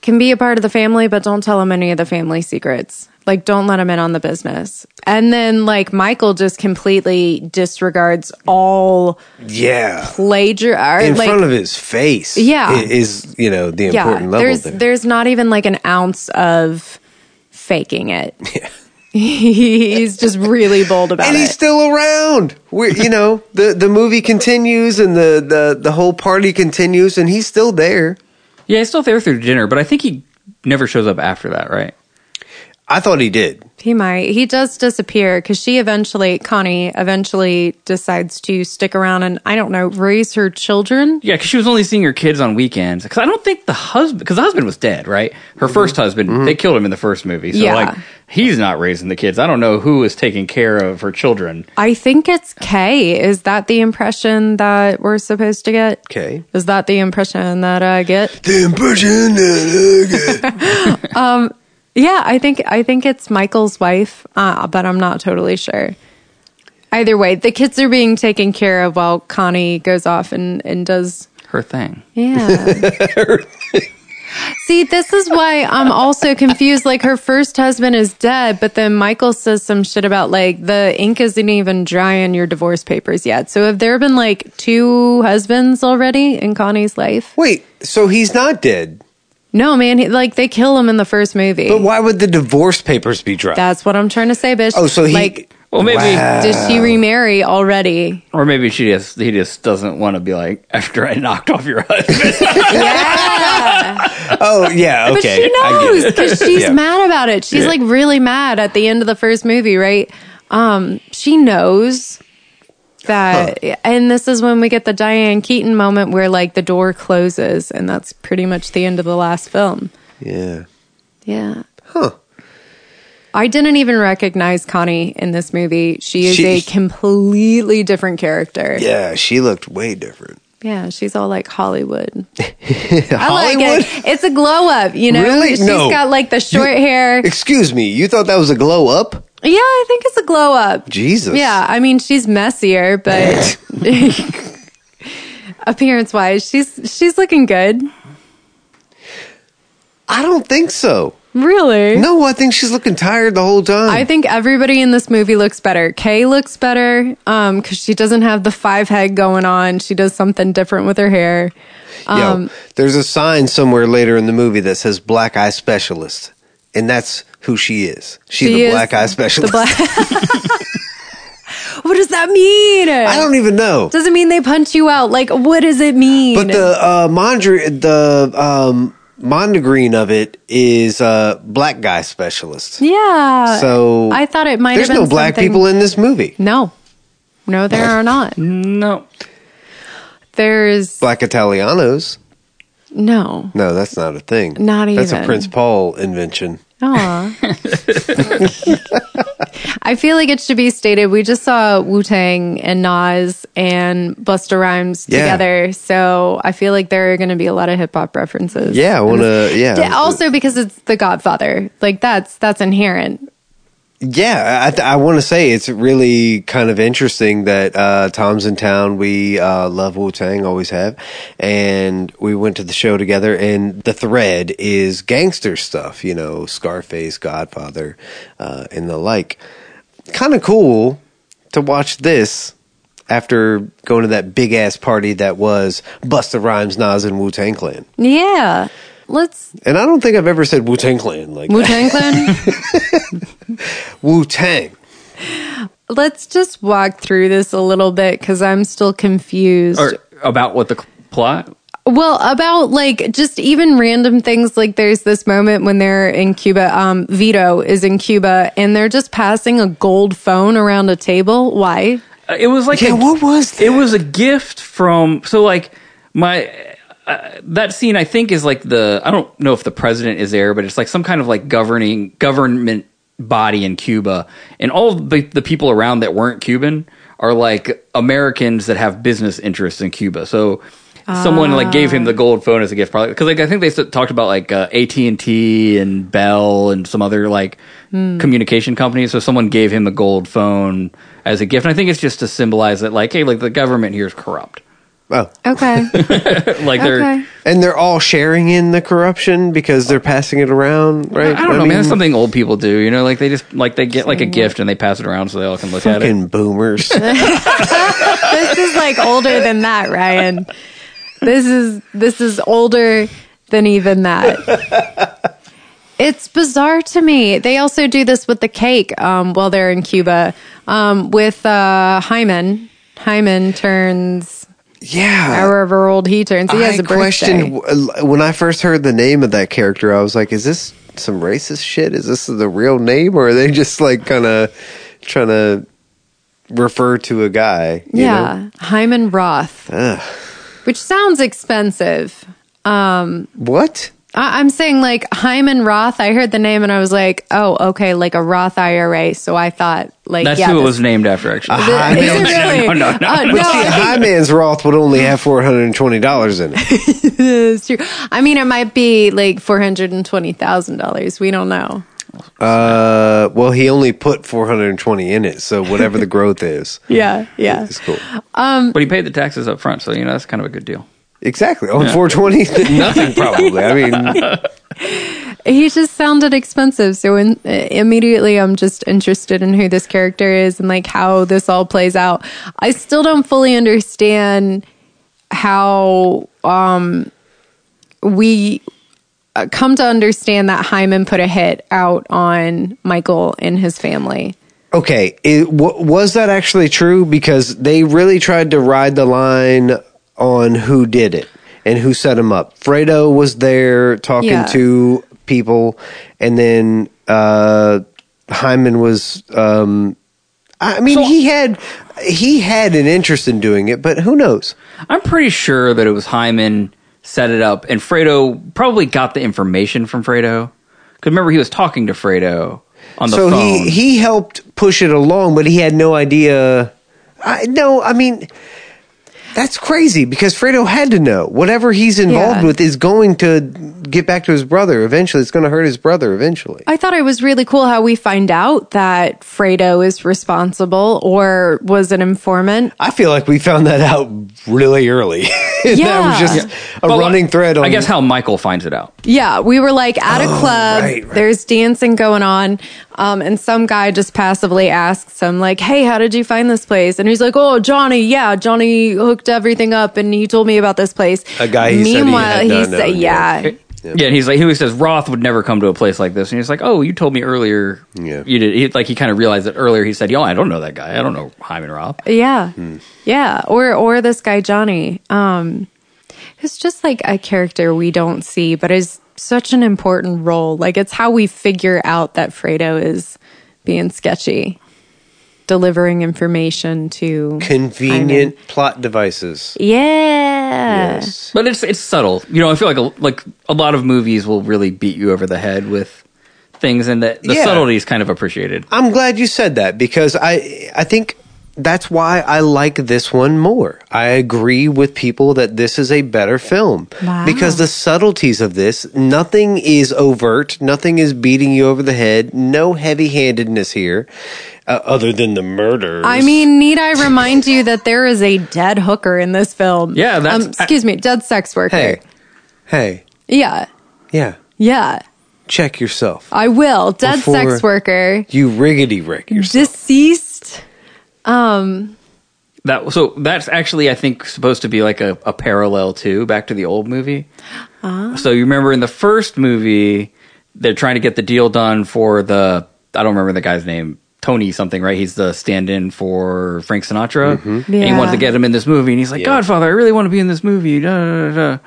Speaker 6: can be a part of the family, but don't tell him any of the family secrets. Like, don't let him in on the business. And then, like, Michael just completely disregards all
Speaker 7: Yeah.
Speaker 6: plagiar. or,
Speaker 7: In
Speaker 6: like,
Speaker 7: front of his face.
Speaker 6: Yeah.
Speaker 7: i- Is, you know, the important level
Speaker 6: there's
Speaker 7: there.
Speaker 6: there's not even like an ounce of faking it. he's just really bold about
Speaker 7: and
Speaker 6: it.
Speaker 7: he's still around. We're, you know, the, the movie continues and the, the, the whole party continues and he's still there.
Speaker 8: Yeah, he's still there through dinner, but I think he never shows up after that, right?
Speaker 7: I thought he did.
Speaker 6: he might. He does disappear because she eventually, Connie eventually decides to stick around and I don't know raise her children.
Speaker 8: Yeah, because she was only seeing her kids on weekends. Because I don't think the husband, because the husband was dead, right? Her
Speaker 7: Mm-hmm.
Speaker 8: first husband, they killed him in the first movie. So,
Speaker 6: Yeah.
Speaker 8: like, he's not raising the kids. I don't know who is taking care of her children.
Speaker 6: I think it's Kay. Is that the impression that we're supposed to get?
Speaker 7: Okay.
Speaker 6: Is that the impression that I get?
Speaker 7: The impression that I get-
Speaker 6: Yeah, I think I think it's Michael's wife, uh, but I'm not totally sure. Either way, the kids are being taken care of while Connie goes off and and does
Speaker 8: Her thing.
Speaker 6: yeah. See, this is why I'm also confused. Like her first husband is dead, but then Michael says some shit about like the ink isn't even dry in your divorce papers yet. So have there been like two husbands already in Connie's life?
Speaker 7: Wait, so he's not dead.
Speaker 6: No, man. He, like they kill him in the first movie.
Speaker 7: But why would the divorce papers be dropped?
Speaker 6: That's what I'm trying to say, bitch.
Speaker 7: oh, so he.
Speaker 6: like
Speaker 8: Well, maybe,
Speaker 6: Did she
Speaker 7: Um,
Speaker 6: remarry already?
Speaker 8: or maybe she just he just doesn't want to be like after I knocked off your husband.
Speaker 7: oh, yeah,
Speaker 6: But
Speaker 7: okay.
Speaker 6: she
Speaker 7: I get
Speaker 6: knows
Speaker 7: it.
Speaker 6: because she's
Speaker 7: Yeah.
Speaker 6: mad about it. She's like really mad at the end of the first movie, right? Um, she knows that, and this is when we get the Diane Keaton moment where like the door closes, and that's pretty much the end of the last film.
Speaker 7: Yeah.
Speaker 6: Yeah. Huh. I didn't even recognize Connie in this movie. She is
Speaker 7: She-
Speaker 6: a completely different character.
Speaker 7: Yeah, she looked way different.
Speaker 6: Yeah, she's all like Hollywood. I like it. It's a glow up, you know.
Speaker 7: Really?
Speaker 6: She's
Speaker 7: No.
Speaker 6: got like the short
Speaker 7: You-
Speaker 6: hair.
Speaker 7: Excuse me, you thought that was a glow up?
Speaker 6: Yeah, I think it's a glow up.
Speaker 7: Jesus.
Speaker 6: Yeah, I mean she's messier, but appearance wise, she's she's looking good.
Speaker 7: I don't think so.
Speaker 6: Really?
Speaker 7: No, I think she's looking tired the whole time.
Speaker 6: I think everybody in this movie looks better. Kay looks better um because she doesn't have the five head going on. She does something different with her hair.
Speaker 7: Yo,
Speaker 6: um,
Speaker 7: there's a sign somewhere later in the movie that says black eye specialist. And that's who she is. She's
Speaker 6: She
Speaker 7: a
Speaker 6: is
Speaker 7: black eye specialist.
Speaker 6: what does that mean?
Speaker 7: I don't even know.
Speaker 6: Doesn't mean they punch you out. Like, what does it mean?
Speaker 7: But the uh mondre the um mondegreen of it is uh black guy specialist.
Speaker 6: yeah.
Speaker 7: So
Speaker 6: I thought it might
Speaker 7: There's
Speaker 6: have been
Speaker 7: no black
Speaker 6: something-
Speaker 7: people in this movie.
Speaker 6: No, no, there are not.
Speaker 8: no,
Speaker 6: There's
Speaker 7: Black Italianos.
Speaker 6: no.
Speaker 7: No, that's not a thing.
Speaker 6: Not
Speaker 7: That's a
Speaker 6: even.
Speaker 7: Prince Paul invention.
Speaker 6: Aw. I feel like it should be stated. We just saw Wu Tang and Nas and Busta Rhymes
Speaker 7: Yeah.
Speaker 6: together, so I feel like there are going to be a lot of hip hop references.
Speaker 7: Yeah, I wanna yeah.
Speaker 6: Yeah, Also, because it's The Godfather, like that's that's inherent.
Speaker 7: Yeah, I, th- I want to say it's really kind of interesting that uh, Tom's in town. We uh, love Wu Tang, always have, and we went to the show together. And the thread is gangster stuff, you know, Scarface, Godfather, uh, and the like. Kind of cool to watch this after going to that big ass party that was Busta Rhymes, Nas, and Wu Tang Clan.
Speaker 6: Yeah. Let's
Speaker 7: And I don't think I've ever said Wu Tang Clan like
Speaker 6: Wu Tang Clan.
Speaker 7: Wu Tang.
Speaker 6: Let's just walk through this a little bit because I'm still confused.
Speaker 8: or about what the cl- plot.
Speaker 6: Well, about like just even random things. Like there's this moment when they're in Cuba. Um, Vito is in Cuba, and they're just passing a gold phone around a table. Why?
Speaker 8: Uh, It was like
Speaker 7: Yeah,
Speaker 8: a-
Speaker 7: what was that?
Speaker 8: It was a gift from so like my uh, that scene I think is like the I don't know if the president is there, but it's like some kind of like governing government body in Cuba, and all of the, the people around that weren't Cuban are like Americans that have business interests in Cuba. So someone like gave him the gold phone as a gift, probably because like I think they s- talked about like uh, AT and T and Bell and some other like communication companies. So someone gave him the gold phone as a gift, and I think it's just to symbolize that like hey, like the government here is corrupt.
Speaker 7: Oh,
Speaker 6: Okay.
Speaker 8: Like they're.
Speaker 6: okay.
Speaker 7: and they're all sharing in the corruption because they're passing it around, right?
Speaker 8: I don't know, man.
Speaker 7: mean,
Speaker 8: That's something old people do. You know, like they just like they get like a gift and they pass it around so they all can look at it.
Speaker 7: Fucking boomers.
Speaker 6: this is like older than that, Ryan. This is this is older than even that. It's bizarre to me. They also do this with the cake um, while they're in Cuba um, with uh, Hyman. Hyman turns
Speaker 7: yeah.
Speaker 6: however old he turns. He has a
Speaker 7: Uh, I questioned
Speaker 6: birthday.
Speaker 7: w- when I first heard the name of that character. I was like, "Is this some racist shit? Is this the real name, or are they just like kind of trying to refer to a guy?" you
Speaker 6: Yeah,
Speaker 7: know?
Speaker 6: Hyman Roth, which sounds expensive. Um,
Speaker 7: What?
Speaker 6: I- I'm saying like Hyman Roth. I heard the name and I was like, oh, okay, like a Roth IRA. So I thought like
Speaker 8: That's
Speaker 6: yeah,
Speaker 8: who it
Speaker 6: this-
Speaker 8: was named after, actually.
Speaker 6: The-
Speaker 7: I
Speaker 6: is
Speaker 7: know.
Speaker 6: it really?
Speaker 8: No, no, no,
Speaker 6: Uh,
Speaker 8: no.
Speaker 6: no,
Speaker 7: See,
Speaker 6: I
Speaker 7: High Man's Roth would only have four hundred and twenty dollars in it.
Speaker 6: think it's true. I mean, it might be like four hundred and twenty thousand dollars. We don't know.
Speaker 7: Uh, well, he only put four hundred and twenty in it, so whatever the growth is,
Speaker 6: Yeah, yeah.
Speaker 7: it's cool.
Speaker 8: But he paid the taxes up front, so you know that's kind of a good deal.
Speaker 7: Exactly on four twenty, nothing probably. I mean,
Speaker 6: He just sounded expensive, so in, uh, immediately I'm just interested in who this character is and like how this all plays out. I still don't fully understand how um, we uh, come to understand that Hyman put a hit out on Michael and his family.
Speaker 7: Okay, it, w- was that actually true? Because they really tried to ride the line on who did it and who set him up. Fredo was there talking
Speaker 6: Yeah.
Speaker 7: to people, and then uh, Hyman was. Um, I mean, he had he had an interest in doing it, but who knows?
Speaker 8: I'm pretty sure that it was Hyman set it up, and Fredo probably got the information from Fredo. Because remember, he was talking to Fredo on the
Speaker 7: so
Speaker 8: phone.
Speaker 7: he he helped push it along, but he had no idea. I no, I mean that's crazy because Fredo had to know whatever he's involved
Speaker 6: Yeah.
Speaker 7: with is going to get back to his brother eventually. It's going to hurt his brother eventually.
Speaker 6: I thought it was really cool how we find out that Fredo is responsible or was an informant.
Speaker 7: I feel like we found that out really early.
Speaker 6: Yeah.
Speaker 7: that was just
Speaker 6: Yeah.
Speaker 7: a
Speaker 8: But,
Speaker 7: running thread. On
Speaker 8: I guess how Michael finds it out.
Speaker 6: Yeah, we were like at a club.
Speaker 7: Oh, right, right.
Speaker 6: There's dancing going on, um, and some guy just passively asks him, like, "Hey, how did you find this place?" And he's like, "Oh, Johnny, yeah, Johnny hooked everything up, and he told me about this place."
Speaker 7: A guy he said he had
Speaker 6: Meanwhile,
Speaker 7: not
Speaker 6: he said,
Speaker 7: known,
Speaker 6: "Yeah,
Speaker 8: Yeah. and he's like, he always says Roth would never come to a place like this, and he's like, oh, you told me earlier.
Speaker 7: Yeah.
Speaker 8: you did. He, like he kind of realized that earlier. He said, yo, I don't know that guy. I don't know Hyman Roth.
Speaker 6: Yeah.
Speaker 7: Hmm.
Speaker 6: Yeah. Or or this guy Johnny, um, who's just like a character we don't see, but is such an important role. Like it's how we figure out that Fredo is being sketchy, delivering information to
Speaker 7: convenient plot devices.
Speaker 6: Yeah.
Speaker 7: Yes.
Speaker 8: But it's it's subtle. You know, I feel like a, like a lot of movies will really beat you over the head with things, and that the
Speaker 7: Yeah.
Speaker 8: subtlety is kind of appreciated.
Speaker 7: I'm glad you said that because I I think that's why I like this one more. I agree with people that this is a better film
Speaker 6: Wow.
Speaker 7: because the subtleties of this, nothing is overt, nothing is beating you over the head, no heavy-handedness here uh, other than the murders.
Speaker 6: I mean, need I remind you that there is a dead hooker in this film? Um,
Speaker 8: Yeah, that's-
Speaker 6: excuse me, dead sex worker.
Speaker 7: hey. Hey.
Speaker 6: Yeah.
Speaker 7: Yeah.
Speaker 6: Yeah.
Speaker 7: Check yourself.
Speaker 6: I will. Dead
Speaker 7: Before-
Speaker 6: sex worker.
Speaker 7: You riggedy rick yourself.
Speaker 6: Deceased. Um
Speaker 8: That so that's actually I think supposed to be like a, a parallel to back to the old movie. So you remember in the first movie, they're trying to get the deal done for the I don't remember the guy's name Tony something right? He's the stand-in for Frank Sinatra, and he
Speaker 6: Yeah.
Speaker 8: wanted to get him in this movie, and he's like, Godfather, I really want to be in this movie. Da, da, da, da.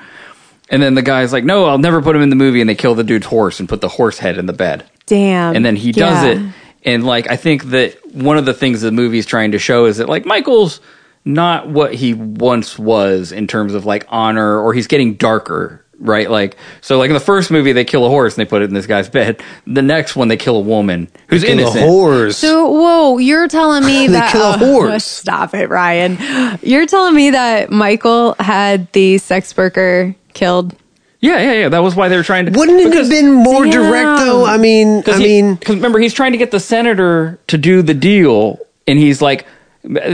Speaker 8: And then the guy's like, No, I'll never put him in the movie, and they kill the dude's horse and put the horse head in the bed.
Speaker 6: Damn.
Speaker 8: and then he does
Speaker 6: Um, Yeah.
Speaker 8: it and like i think that one of the things the movie's trying to show is that like michael's not what he once was in terms of like honor or he's getting darker right like so like in the first movie they kill a horse and they put it in this guy's bed the next one they kill a woman who's
Speaker 7: And the
Speaker 8: innocent
Speaker 7: whores.
Speaker 6: So whoa, you're telling me
Speaker 7: They
Speaker 6: that
Speaker 7: kill a
Speaker 6: oh,
Speaker 7: horse.
Speaker 6: stop it, Ryan. You're telling me that Michael had the sex worker killed.
Speaker 8: yeah yeah yeah that was why they were trying to
Speaker 7: Wouldn't it have
Speaker 8: because-
Speaker 7: been more
Speaker 6: Damn.
Speaker 7: direct though? I mean, I
Speaker 8: Because he-
Speaker 7: mean,
Speaker 8: 'cause remember, he's trying to get the senator to do the deal, and he's like,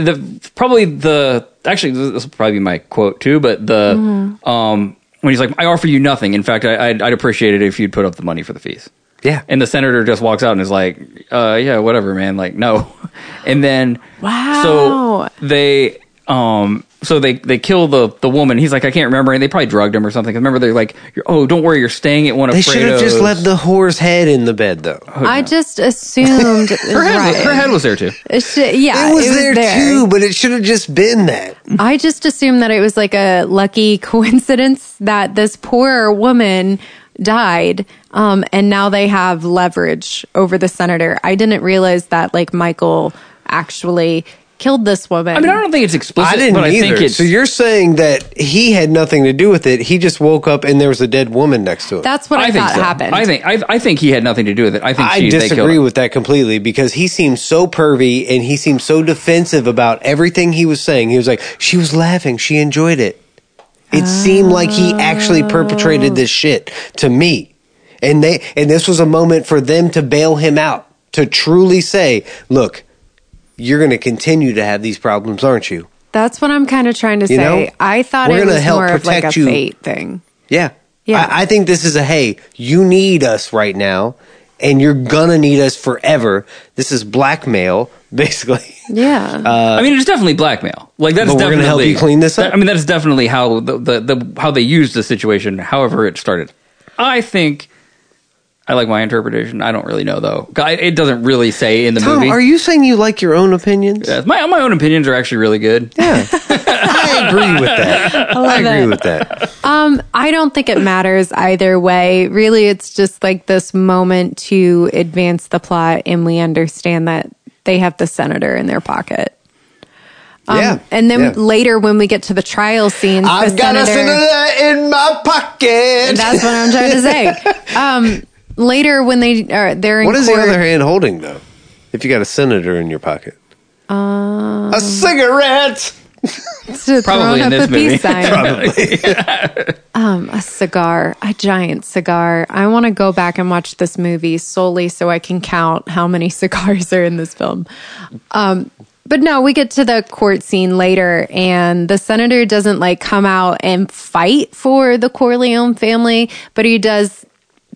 Speaker 8: the probably the actually this this will probably be my quote too but the
Speaker 7: Mm-hmm.
Speaker 8: um when he's like i offer you nothing in fact I, I'd, I'd appreciate it if you'd put up the money for the fees
Speaker 7: Yeah.
Speaker 8: and the senator just walks out and is like uh yeah whatever man like no and then
Speaker 6: Wow.
Speaker 8: so they um so they they kill the the woman he's like i can't remember and they probably drugged him or something 'Cause remember they're like you're- oh don't worry you're staying at one of
Speaker 7: They should have just let the whore's head in the bed, though.
Speaker 6: I just assumed.
Speaker 8: her head, was, her
Speaker 6: right.
Speaker 8: head was there too
Speaker 6: It's ju- yeah,
Speaker 7: it was, there, too, but it should have just been that.
Speaker 6: I just assumed that it was like a lucky coincidence that this poor woman died um, and now they have leverage over the senator. I didn't realize that like Michael actually killed this woman.
Speaker 8: i mean i don't think it's explicit
Speaker 7: I didn't
Speaker 8: but i
Speaker 7: either.
Speaker 8: think it's
Speaker 7: so you're saying that he had nothing to do with it. He just woke up and there was a dead woman next to him.
Speaker 6: That's what I,
Speaker 8: think
Speaker 6: thought
Speaker 8: so.
Speaker 6: happened.
Speaker 8: I think I, I think he had nothing to do with it. I think
Speaker 7: I
Speaker 8: she, they killed
Speaker 7: disagree
Speaker 8: him.
Speaker 7: with that completely because he seemed so pervy and he seemed so defensive about everything he was saying. He was like, she was laughing, she enjoyed it. It seemed like he actually perpetrated this shit to me. And they and this was a moment for them to bail him out, to truly say, look, you're going to continue to have these problems, aren't you?
Speaker 6: That's what I'm kind of trying to say.
Speaker 7: You know,
Speaker 6: I thought
Speaker 7: we're
Speaker 6: it
Speaker 7: gonna
Speaker 6: was
Speaker 7: help
Speaker 6: more of like a
Speaker 7: protect you.
Speaker 6: fate thing.
Speaker 7: Yeah.
Speaker 6: Yeah.
Speaker 7: I, I think this is a hey, you need us right now, and you're gonna need us forever. This is blackmail, basically.
Speaker 6: Yeah.
Speaker 8: I mean, it's definitely blackmail. Like that's
Speaker 7: But we're
Speaker 8: definitely
Speaker 7: gonna help you clean this up.
Speaker 8: I mean, that's definitely how the, the, the how they used the situation. However, it started. I think I like my interpretation. I don't really know though. I- It doesn't really say in the
Speaker 7: Tom,
Speaker 8: movie.
Speaker 7: are you saying you like your own opinions?
Speaker 8: Yeah, my my own opinions are actually really good.
Speaker 7: Yeah. I agree with that. I, agree with that.
Speaker 6: Um, I don't think it matters either way. Really, it's just like this moment to advance the plot, and we understand that they have the senator in their pocket. Um,
Speaker 7: Yeah,
Speaker 6: And then
Speaker 7: yeah.
Speaker 6: later, when we get to the trial scenes,
Speaker 7: I've
Speaker 6: the
Speaker 7: got a
Speaker 6: senator,
Speaker 7: senator in my pocket.
Speaker 6: That's what I'm trying to say. Um, later, when they are they're in
Speaker 7: What is
Speaker 6: court,
Speaker 7: the other hand holding though? If you got a senator in your pocket.
Speaker 6: Um,
Speaker 7: a cigarette.
Speaker 8: Probably
Speaker 6: to throwing
Speaker 8: in
Speaker 6: up
Speaker 8: this
Speaker 6: a peace
Speaker 8: movie.
Speaker 6: sign. um, a cigar, a giant cigar. I want to go back and watch this movie solely so I can count how many cigars are in this film. Um, but no, we get to the court scene later, and the senator doesn't like come out and fight for the Corleone family, but he does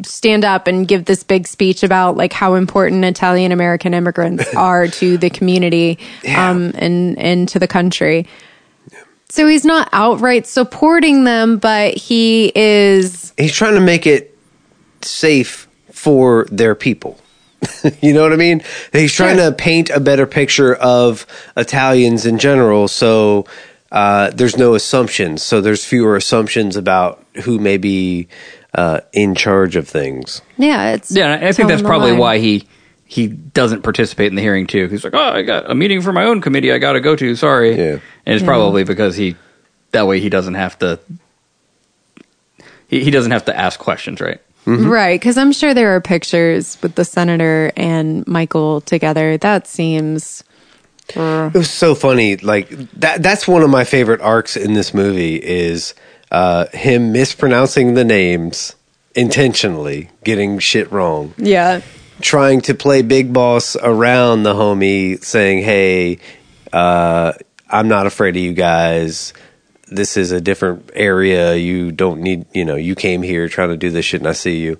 Speaker 6: stand up and give this big speech about like how important Italian American immigrants are to the community um, and and to the country. So he's not outright supporting them, but he is.
Speaker 7: he's trying to make it safe for their people. you know what I mean? He's trying
Speaker 6: Sure.
Speaker 7: to paint a better picture of Italians in general. So uh, there's no assumptions. So there's fewer assumptions about who may be uh, in charge of things.
Speaker 6: Yeah, it's
Speaker 8: Yeah, and I think that's
Speaker 6: on the
Speaker 8: probably
Speaker 6: line.
Speaker 8: why he he doesn't participate in the hearing too. He's like, oh, I got a meeting for my own committee. I got to go to. Sorry.
Speaker 7: Yeah.
Speaker 8: And it's probably because he that way he doesn't have to. He, he doesn't have to ask questions, right?
Speaker 7: Mm-hmm.
Speaker 6: right because I'm sure there are pictures with the senator and Michael together. That seems uh,
Speaker 7: It was so funny. Like that. That's one of my favorite arcs in this movie is uh, him mispronouncing the names intentionally, getting shit wrong.
Speaker 6: yeah.
Speaker 7: trying to play big boss around the homie, saying, "Hey, uh, I'm not afraid of you guys. This is a different area. You don't need. You know, you came here trying to do this shit, and I see you."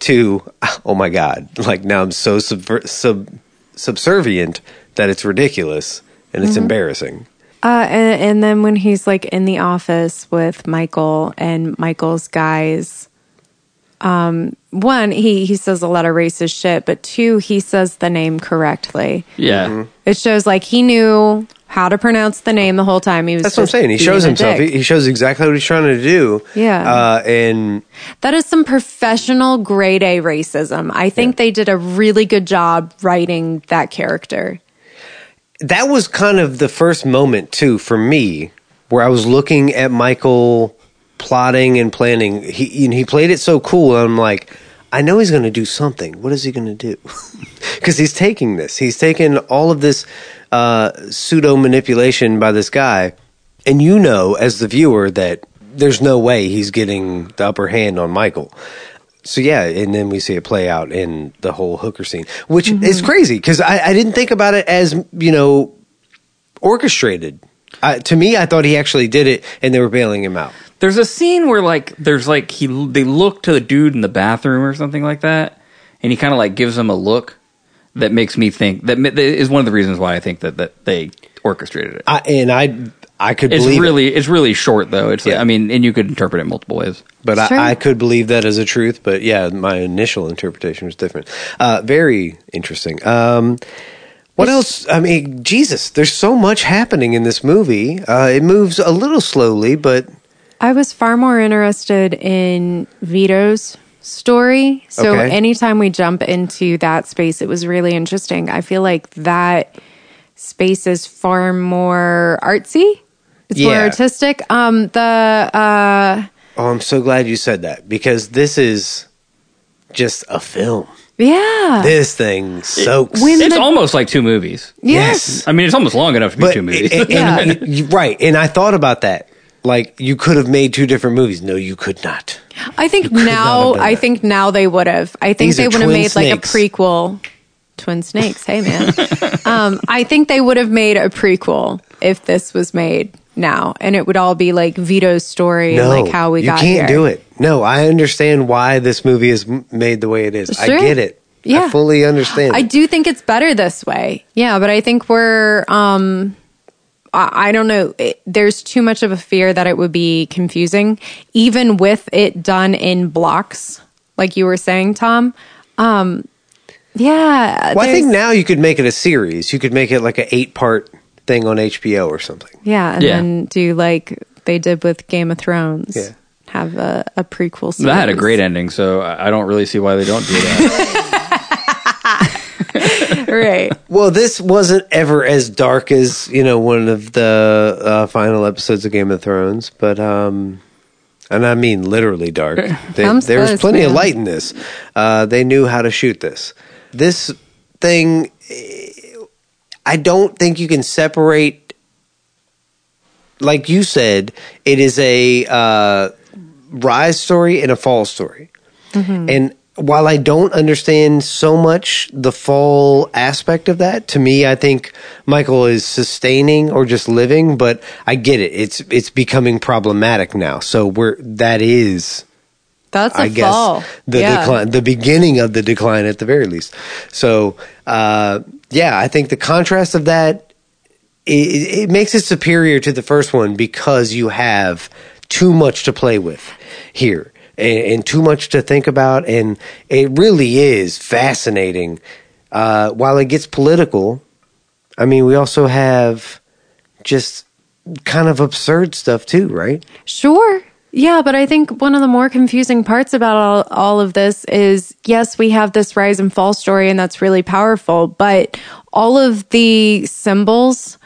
Speaker 7: To oh my god, like now I'm so subver- sub subservient that it's ridiculous and it's
Speaker 6: Mm-hmm.
Speaker 7: embarrassing.
Speaker 6: Uh, and, and then when he's like in the office with Michael and Michael's guys, um, one he he says a lot of racist shit, but two he says the name correctly.
Speaker 8: Yeah.
Speaker 7: Mm-hmm.
Speaker 6: It shows like he knew how to pronounce the name the whole time. He was
Speaker 7: That's what I'm
Speaker 6: just
Speaker 7: saying. He
Speaker 6: being
Speaker 7: shows
Speaker 6: a
Speaker 7: himself.
Speaker 6: dick.
Speaker 7: He, he shows exactly what he's trying to do.
Speaker 6: Yeah.
Speaker 7: uh, and
Speaker 6: That is some professional grade A racism. I think they did a really good job writing that character.
Speaker 7: that was kind of the first moment too for me where I was looking at Michael plotting and planning. He and he played it so cool. I'm like, I know he's going to do something. What is he going to do? Because he's taking this. He's taking all of this uh, pseudo manipulation by this guy, and you know, as the viewer, that there's no way he's getting the upper hand on Michael. So yeah, and then we see it play out in the whole hooker scene,
Speaker 6: Mm-hmm.
Speaker 7: which is crazy because I, I didn't think about it as you know orchestrated. I, to me, I thought he actually did it, and they were bailing him out.
Speaker 8: There's a scene where like there's like he they look to the dude in the bathroom or something like that, and he kind of like gives him a look that makes me think that, ma- that is one of the reasons why I think that that they orchestrated it.
Speaker 7: I, and I, I could
Speaker 8: It's
Speaker 7: believe it.
Speaker 8: really it's really short though. It's like,
Speaker 7: Yeah.
Speaker 8: I mean, and you could interpret it multiple ways.
Speaker 7: But
Speaker 6: Sure.
Speaker 7: I, I could believe that as a truth. But yeah, my initial interpretation was different. Uh, very interesting. Um, what else? I mean, Jesus, there's so much happening in this movie. Uh, it moves a little slowly, but
Speaker 6: I was far more interested in Vito's story. So
Speaker 7: Okay.
Speaker 6: anytime we jump into that space, it was really interesting. I feel like that space is far more artsy. It's more
Speaker 7: Yeah.
Speaker 6: artistic. Um, the uh,
Speaker 7: oh, I'm so glad you said that because this is just a film.
Speaker 6: yeah,
Speaker 7: This thing soaks.
Speaker 6: when-
Speaker 8: It's
Speaker 6: the-
Speaker 8: almost like two movies.
Speaker 6: yes.
Speaker 8: I mean, it's almost long enough to be
Speaker 7: but
Speaker 8: two movies.
Speaker 7: and- and- you- right, and I thought about that. Like you could have made two different movies. No, you could not.
Speaker 6: I think
Speaker 7: not have
Speaker 6: now.
Speaker 7: done
Speaker 6: I
Speaker 7: that.
Speaker 6: think now they would have. I
Speaker 7: These
Speaker 6: think they
Speaker 7: are
Speaker 6: would have
Speaker 7: twin
Speaker 6: made like a
Speaker 7: snakes.
Speaker 6: prequel. Twin snakes. Hey man. um, I think they would have made a prequel if this was made now, and it would all be like Vito's story and like how we
Speaker 7: you
Speaker 6: got
Speaker 7: can't
Speaker 6: here.
Speaker 7: do it. No, I understand why this movie is m- made the way it is. I
Speaker 6: Sure.
Speaker 7: get it.
Speaker 6: Yeah.
Speaker 7: I fully understand.
Speaker 6: I
Speaker 7: it.
Speaker 6: do think it's better this way. Yeah, but I think we're. Um, I I don't know. It, there's too much of a fear that it would be confusing, even with it done in blocks, like you were saying, Tom. Um, yeah.
Speaker 7: Well, I think
Speaker 6: there's-
Speaker 7: now you could make it a series. You could make it like an eight-part thing on HBO or something.
Speaker 6: Yeah, and
Speaker 8: Yeah.
Speaker 6: then do like they did with Game of Thrones.
Speaker 7: Yeah.
Speaker 6: Have a, a prequel series.
Speaker 8: that had a great ending, so I I don't really see why they don't do that.
Speaker 6: right.
Speaker 7: Well, this wasn't ever as dark as you know one of the uh, final episodes of Game of Thrones, but um, and I mean literally dark. They,
Speaker 6: Comes
Speaker 7: there was
Speaker 6: close,
Speaker 7: plenty of
Speaker 6: man.
Speaker 7: light in this. Uh, they knew how to shoot this. This thing, eh, I don't think you can separate. Like you said, it is a uh, rise story and a fall story. And while I don't understand so much the fall aspect of that, to me, I think Michael is sustaining or just living. But I get it; it's it's becoming problematic now. So we're that is,
Speaker 6: That's a
Speaker 7: I guess,
Speaker 6: fall.
Speaker 7: the
Speaker 6: yeah.
Speaker 7: decline, the beginning of the decline at the very least. So uh, yeah, I think the contrast of that it, it it makes it superior to the first one because you have too much to play with here and, and too much to think about. And it really is fascinating. Uh, while it gets political, I mean, we also have just kind of absurd stuff too, right?
Speaker 6: Sure. Yeah, but I think one of the more confusing parts about all, all of this is yes, we have this rise and fall story, and that's really powerful, but all of the symbols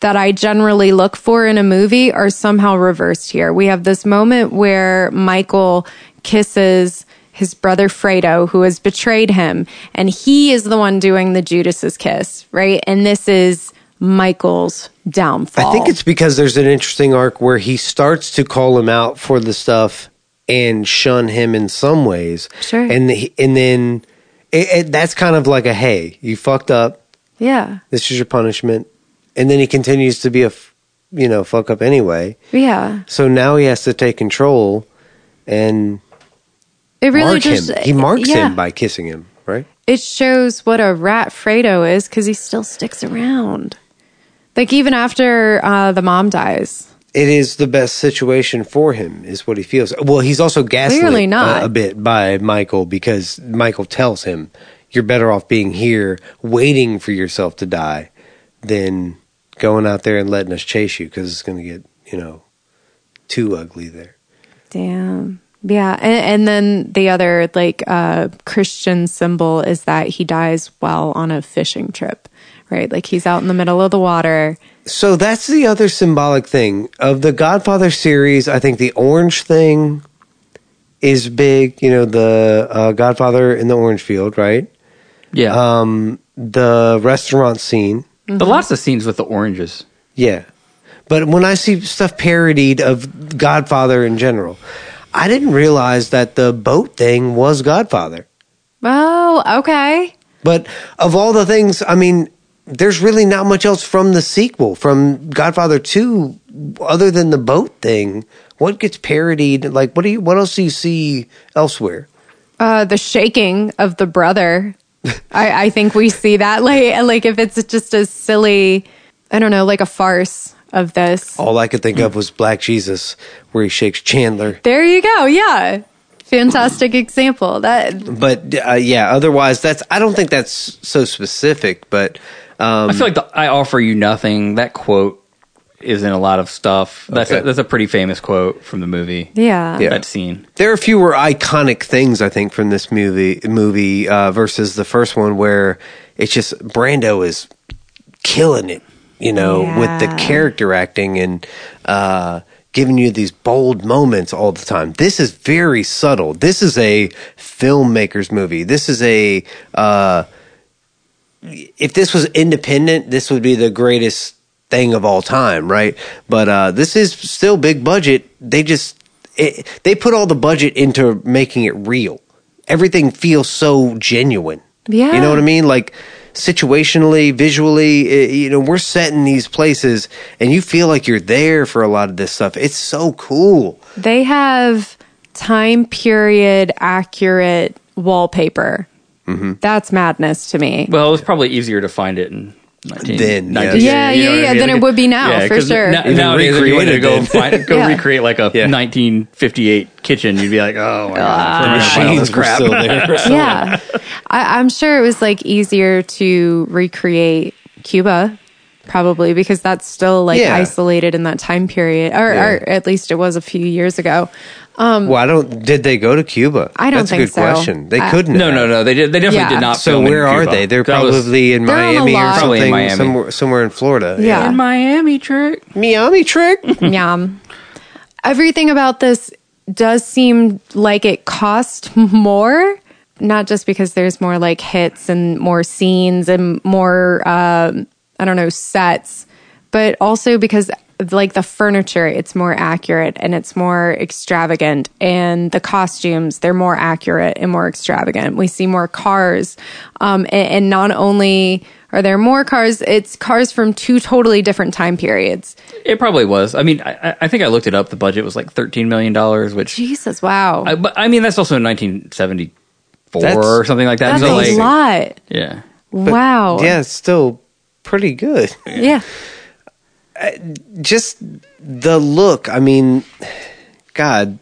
Speaker 6: that I generally look for in a movie are somehow reversed here. We have this moment where Michael kisses his brother Fredo, who has betrayed him, and he is the one doing the Judas's kiss, right? And this is Michael's downfall.
Speaker 7: I think it's because there's an interesting arc where he starts to call him out for the stuff and shun him in some ways.
Speaker 6: Sure.
Speaker 7: And the, and then it, it, that's kind of like a hey, you fucked up.
Speaker 6: yeah.
Speaker 7: This is your punishment. And then he continues to be a f- you know fuck up anyway.
Speaker 6: Yeah.
Speaker 7: So now he has to take control and
Speaker 6: It really
Speaker 7: mark
Speaker 6: just
Speaker 7: him. He marks
Speaker 6: yeah.
Speaker 7: him by kissing him, right?
Speaker 6: It shows what a rat Fredo is because he still sticks around. Like even after uh, the mom dies,
Speaker 7: it is the best situation for him, is what he feels. Well, he's also gaslit uh,
Speaker 6: Clearly not.
Speaker 7: A, a bit by Michael because Michael tells him, "You're better off being here, waiting for yourself to die, than going out there and letting us chase you because it's going to get you know too ugly there."
Speaker 6: damn. Yeah, and, and then the other like uh, Christian symbol is that he dies while on a fishing trip, right? Like he's out in the middle of the water.
Speaker 7: So that's the other symbolic thing of the Godfather series. I think the orange thing is big. You know, the uh, Godfather in the orange field, right? Um,
Speaker 8: Yeah,
Speaker 7: The restaurant scene.
Speaker 8: the lots of scenes with the oranges.
Speaker 7: Yeah. But when I see stuff parodied of Godfather in general, I didn't realize that the boat thing was Godfather.
Speaker 6: Oh, okay.
Speaker 7: But of all the things, I mean, there's really not much else from the sequel, from Godfather Two, other than the boat thing. What gets parodied? Like, what do you? What else do you see elsewhere?
Speaker 6: Uh, the shaking of the brother. I, I think we see that like like if it's just a silly, I don't know, like a farce of this.
Speaker 7: All I could think of was Black Jesus, where he shakes Chandler.
Speaker 6: There you go. Yeah, fantastic example. That
Speaker 7: But uh, yeah, otherwise, that's I don't think that's so specific. But Um,
Speaker 8: I feel like the "I offer you nothing." That quote is in a lot of stuff. That's
Speaker 7: Okay.
Speaker 8: a, that's a pretty famous quote from the movie.
Speaker 6: yeah.
Speaker 7: Yeah.
Speaker 8: that scene.
Speaker 7: there are fewer iconic things I think from this movie movie uh, versus the first one where it's just Brando is killing it, you know, with the
Speaker 6: Yeah.
Speaker 7: character acting and uh, giving you these bold moments all the time. This is very subtle. This is a filmmaker's movie. This is a uh, if this was independent, this would be the greatest thing of all time, right? But uh, this is still big budget. They just it, they put all the budget into making it real. Everything feels so genuine.
Speaker 6: Yeah.
Speaker 7: you know what I mean. Like situationally, visually, i you know, we're set in these places, and you feel like you're there for a lot of this stuff. It's so cool.
Speaker 6: They have time period accurate wallpaper. That's madness to me.
Speaker 8: Well, it was probably easier to find it in. 19,
Speaker 7: Then, yeah.
Speaker 8: 19,
Speaker 6: Yeah,
Speaker 8: you know
Speaker 6: yeah,
Speaker 8: what I
Speaker 6: yeah,
Speaker 8: mean?
Speaker 6: than it would be now, for
Speaker 8: 'cause
Speaker 6: sure.
Speaker 8: no-
Speaker 7: Even
Speaker 8: nowadays, if you wanted to
Speaker 7: recreated
Speaker 8: go
Speaker 7: it.
Speaker 8: find, go
Speaker 6: Yeah.
Speaker 8: recreate like a
Speaker 7: Yeah.
Speaker 8: 1958 kitchen, you'd be like, oh, my God,
Speaker 7: The
Speaker 8: we're gonna find all
Speaker 7: machines
Speaker 8: this
Speaker 7: were
Speaker 8: crap.
Speaker 7: still there.
Speaker 6: yeah, I, I'm sure it was like easier to recreate Cuba, probably because that's still like
Speaker 7: Yeah.
Speaker 6: isolated in that time period, or,
Speaker 7: Yeah.
Speaker 6: or at least it was a few years ago.
Speaker 7: well, I don't. Did they go to Cuba?
Speaker 6: I don't
Speaker 7: That's a
Speaker 6: think
Speaker 7: good
Speaker 6: so.
Speaker 7: question. They
Speaker 6: I-
Speaker 7: couldn't.
Speaker 8: No,
Speaker 7: have.
Speaker 8: no, no. They did. They definitely
Speaker 6: Yeah.
Speaker 8: did not.
Speaker 7: So
Speaker 8: film in
Speaker 7: where are
Speaker 8: Cuba.
Speaker 7: they? They're
Speaker 8: That was-
Speaker 7: probably in
Speaker 6: They're on a
Speaker 7: Miami or
Speaker 6: lot.
Speaker 8: Probably in
Speaker 7: something.
Speaker 8: Miami.
Speaker 7: Somewhere, somewhere in Florida.
Speaker 6: Yeah.
Speaker 8: in Miami trick.
Speaker 7: Miami trick.
Speaker 6: Yum. Everything about this does seem like it cost more, not just because there's more like hits and more scenes and more, um, I don't know, sets, but also because like the furniture, it's more accurate and it's more extravagant. And the costumes, they're more accurate and more extravagant. We see more cars. Um, and, and not only are there more cars, it's cars from two totally different time periods.
Speaker 8: It probably was. I mean, I, I- I think I looked it up. The budget was like 13 million dollars, which
Speaker 6: Jesus, wow.
Speaker 8: I, but I mean, that's also in 1974
Speaker 7: That's-
Speaker 8: or something like that.
Speaker 6: That's
Speaker 8: so
Speaker 6: a
Speaker 8: like,
Speaker 6: lot.
Speaker 8: yeah.
Speaker 6: wow.
Speaker 7: Yeah, it's still pretty good.
Speaker 6: Yeah.
Speaker 7: Just the look. I mean, God,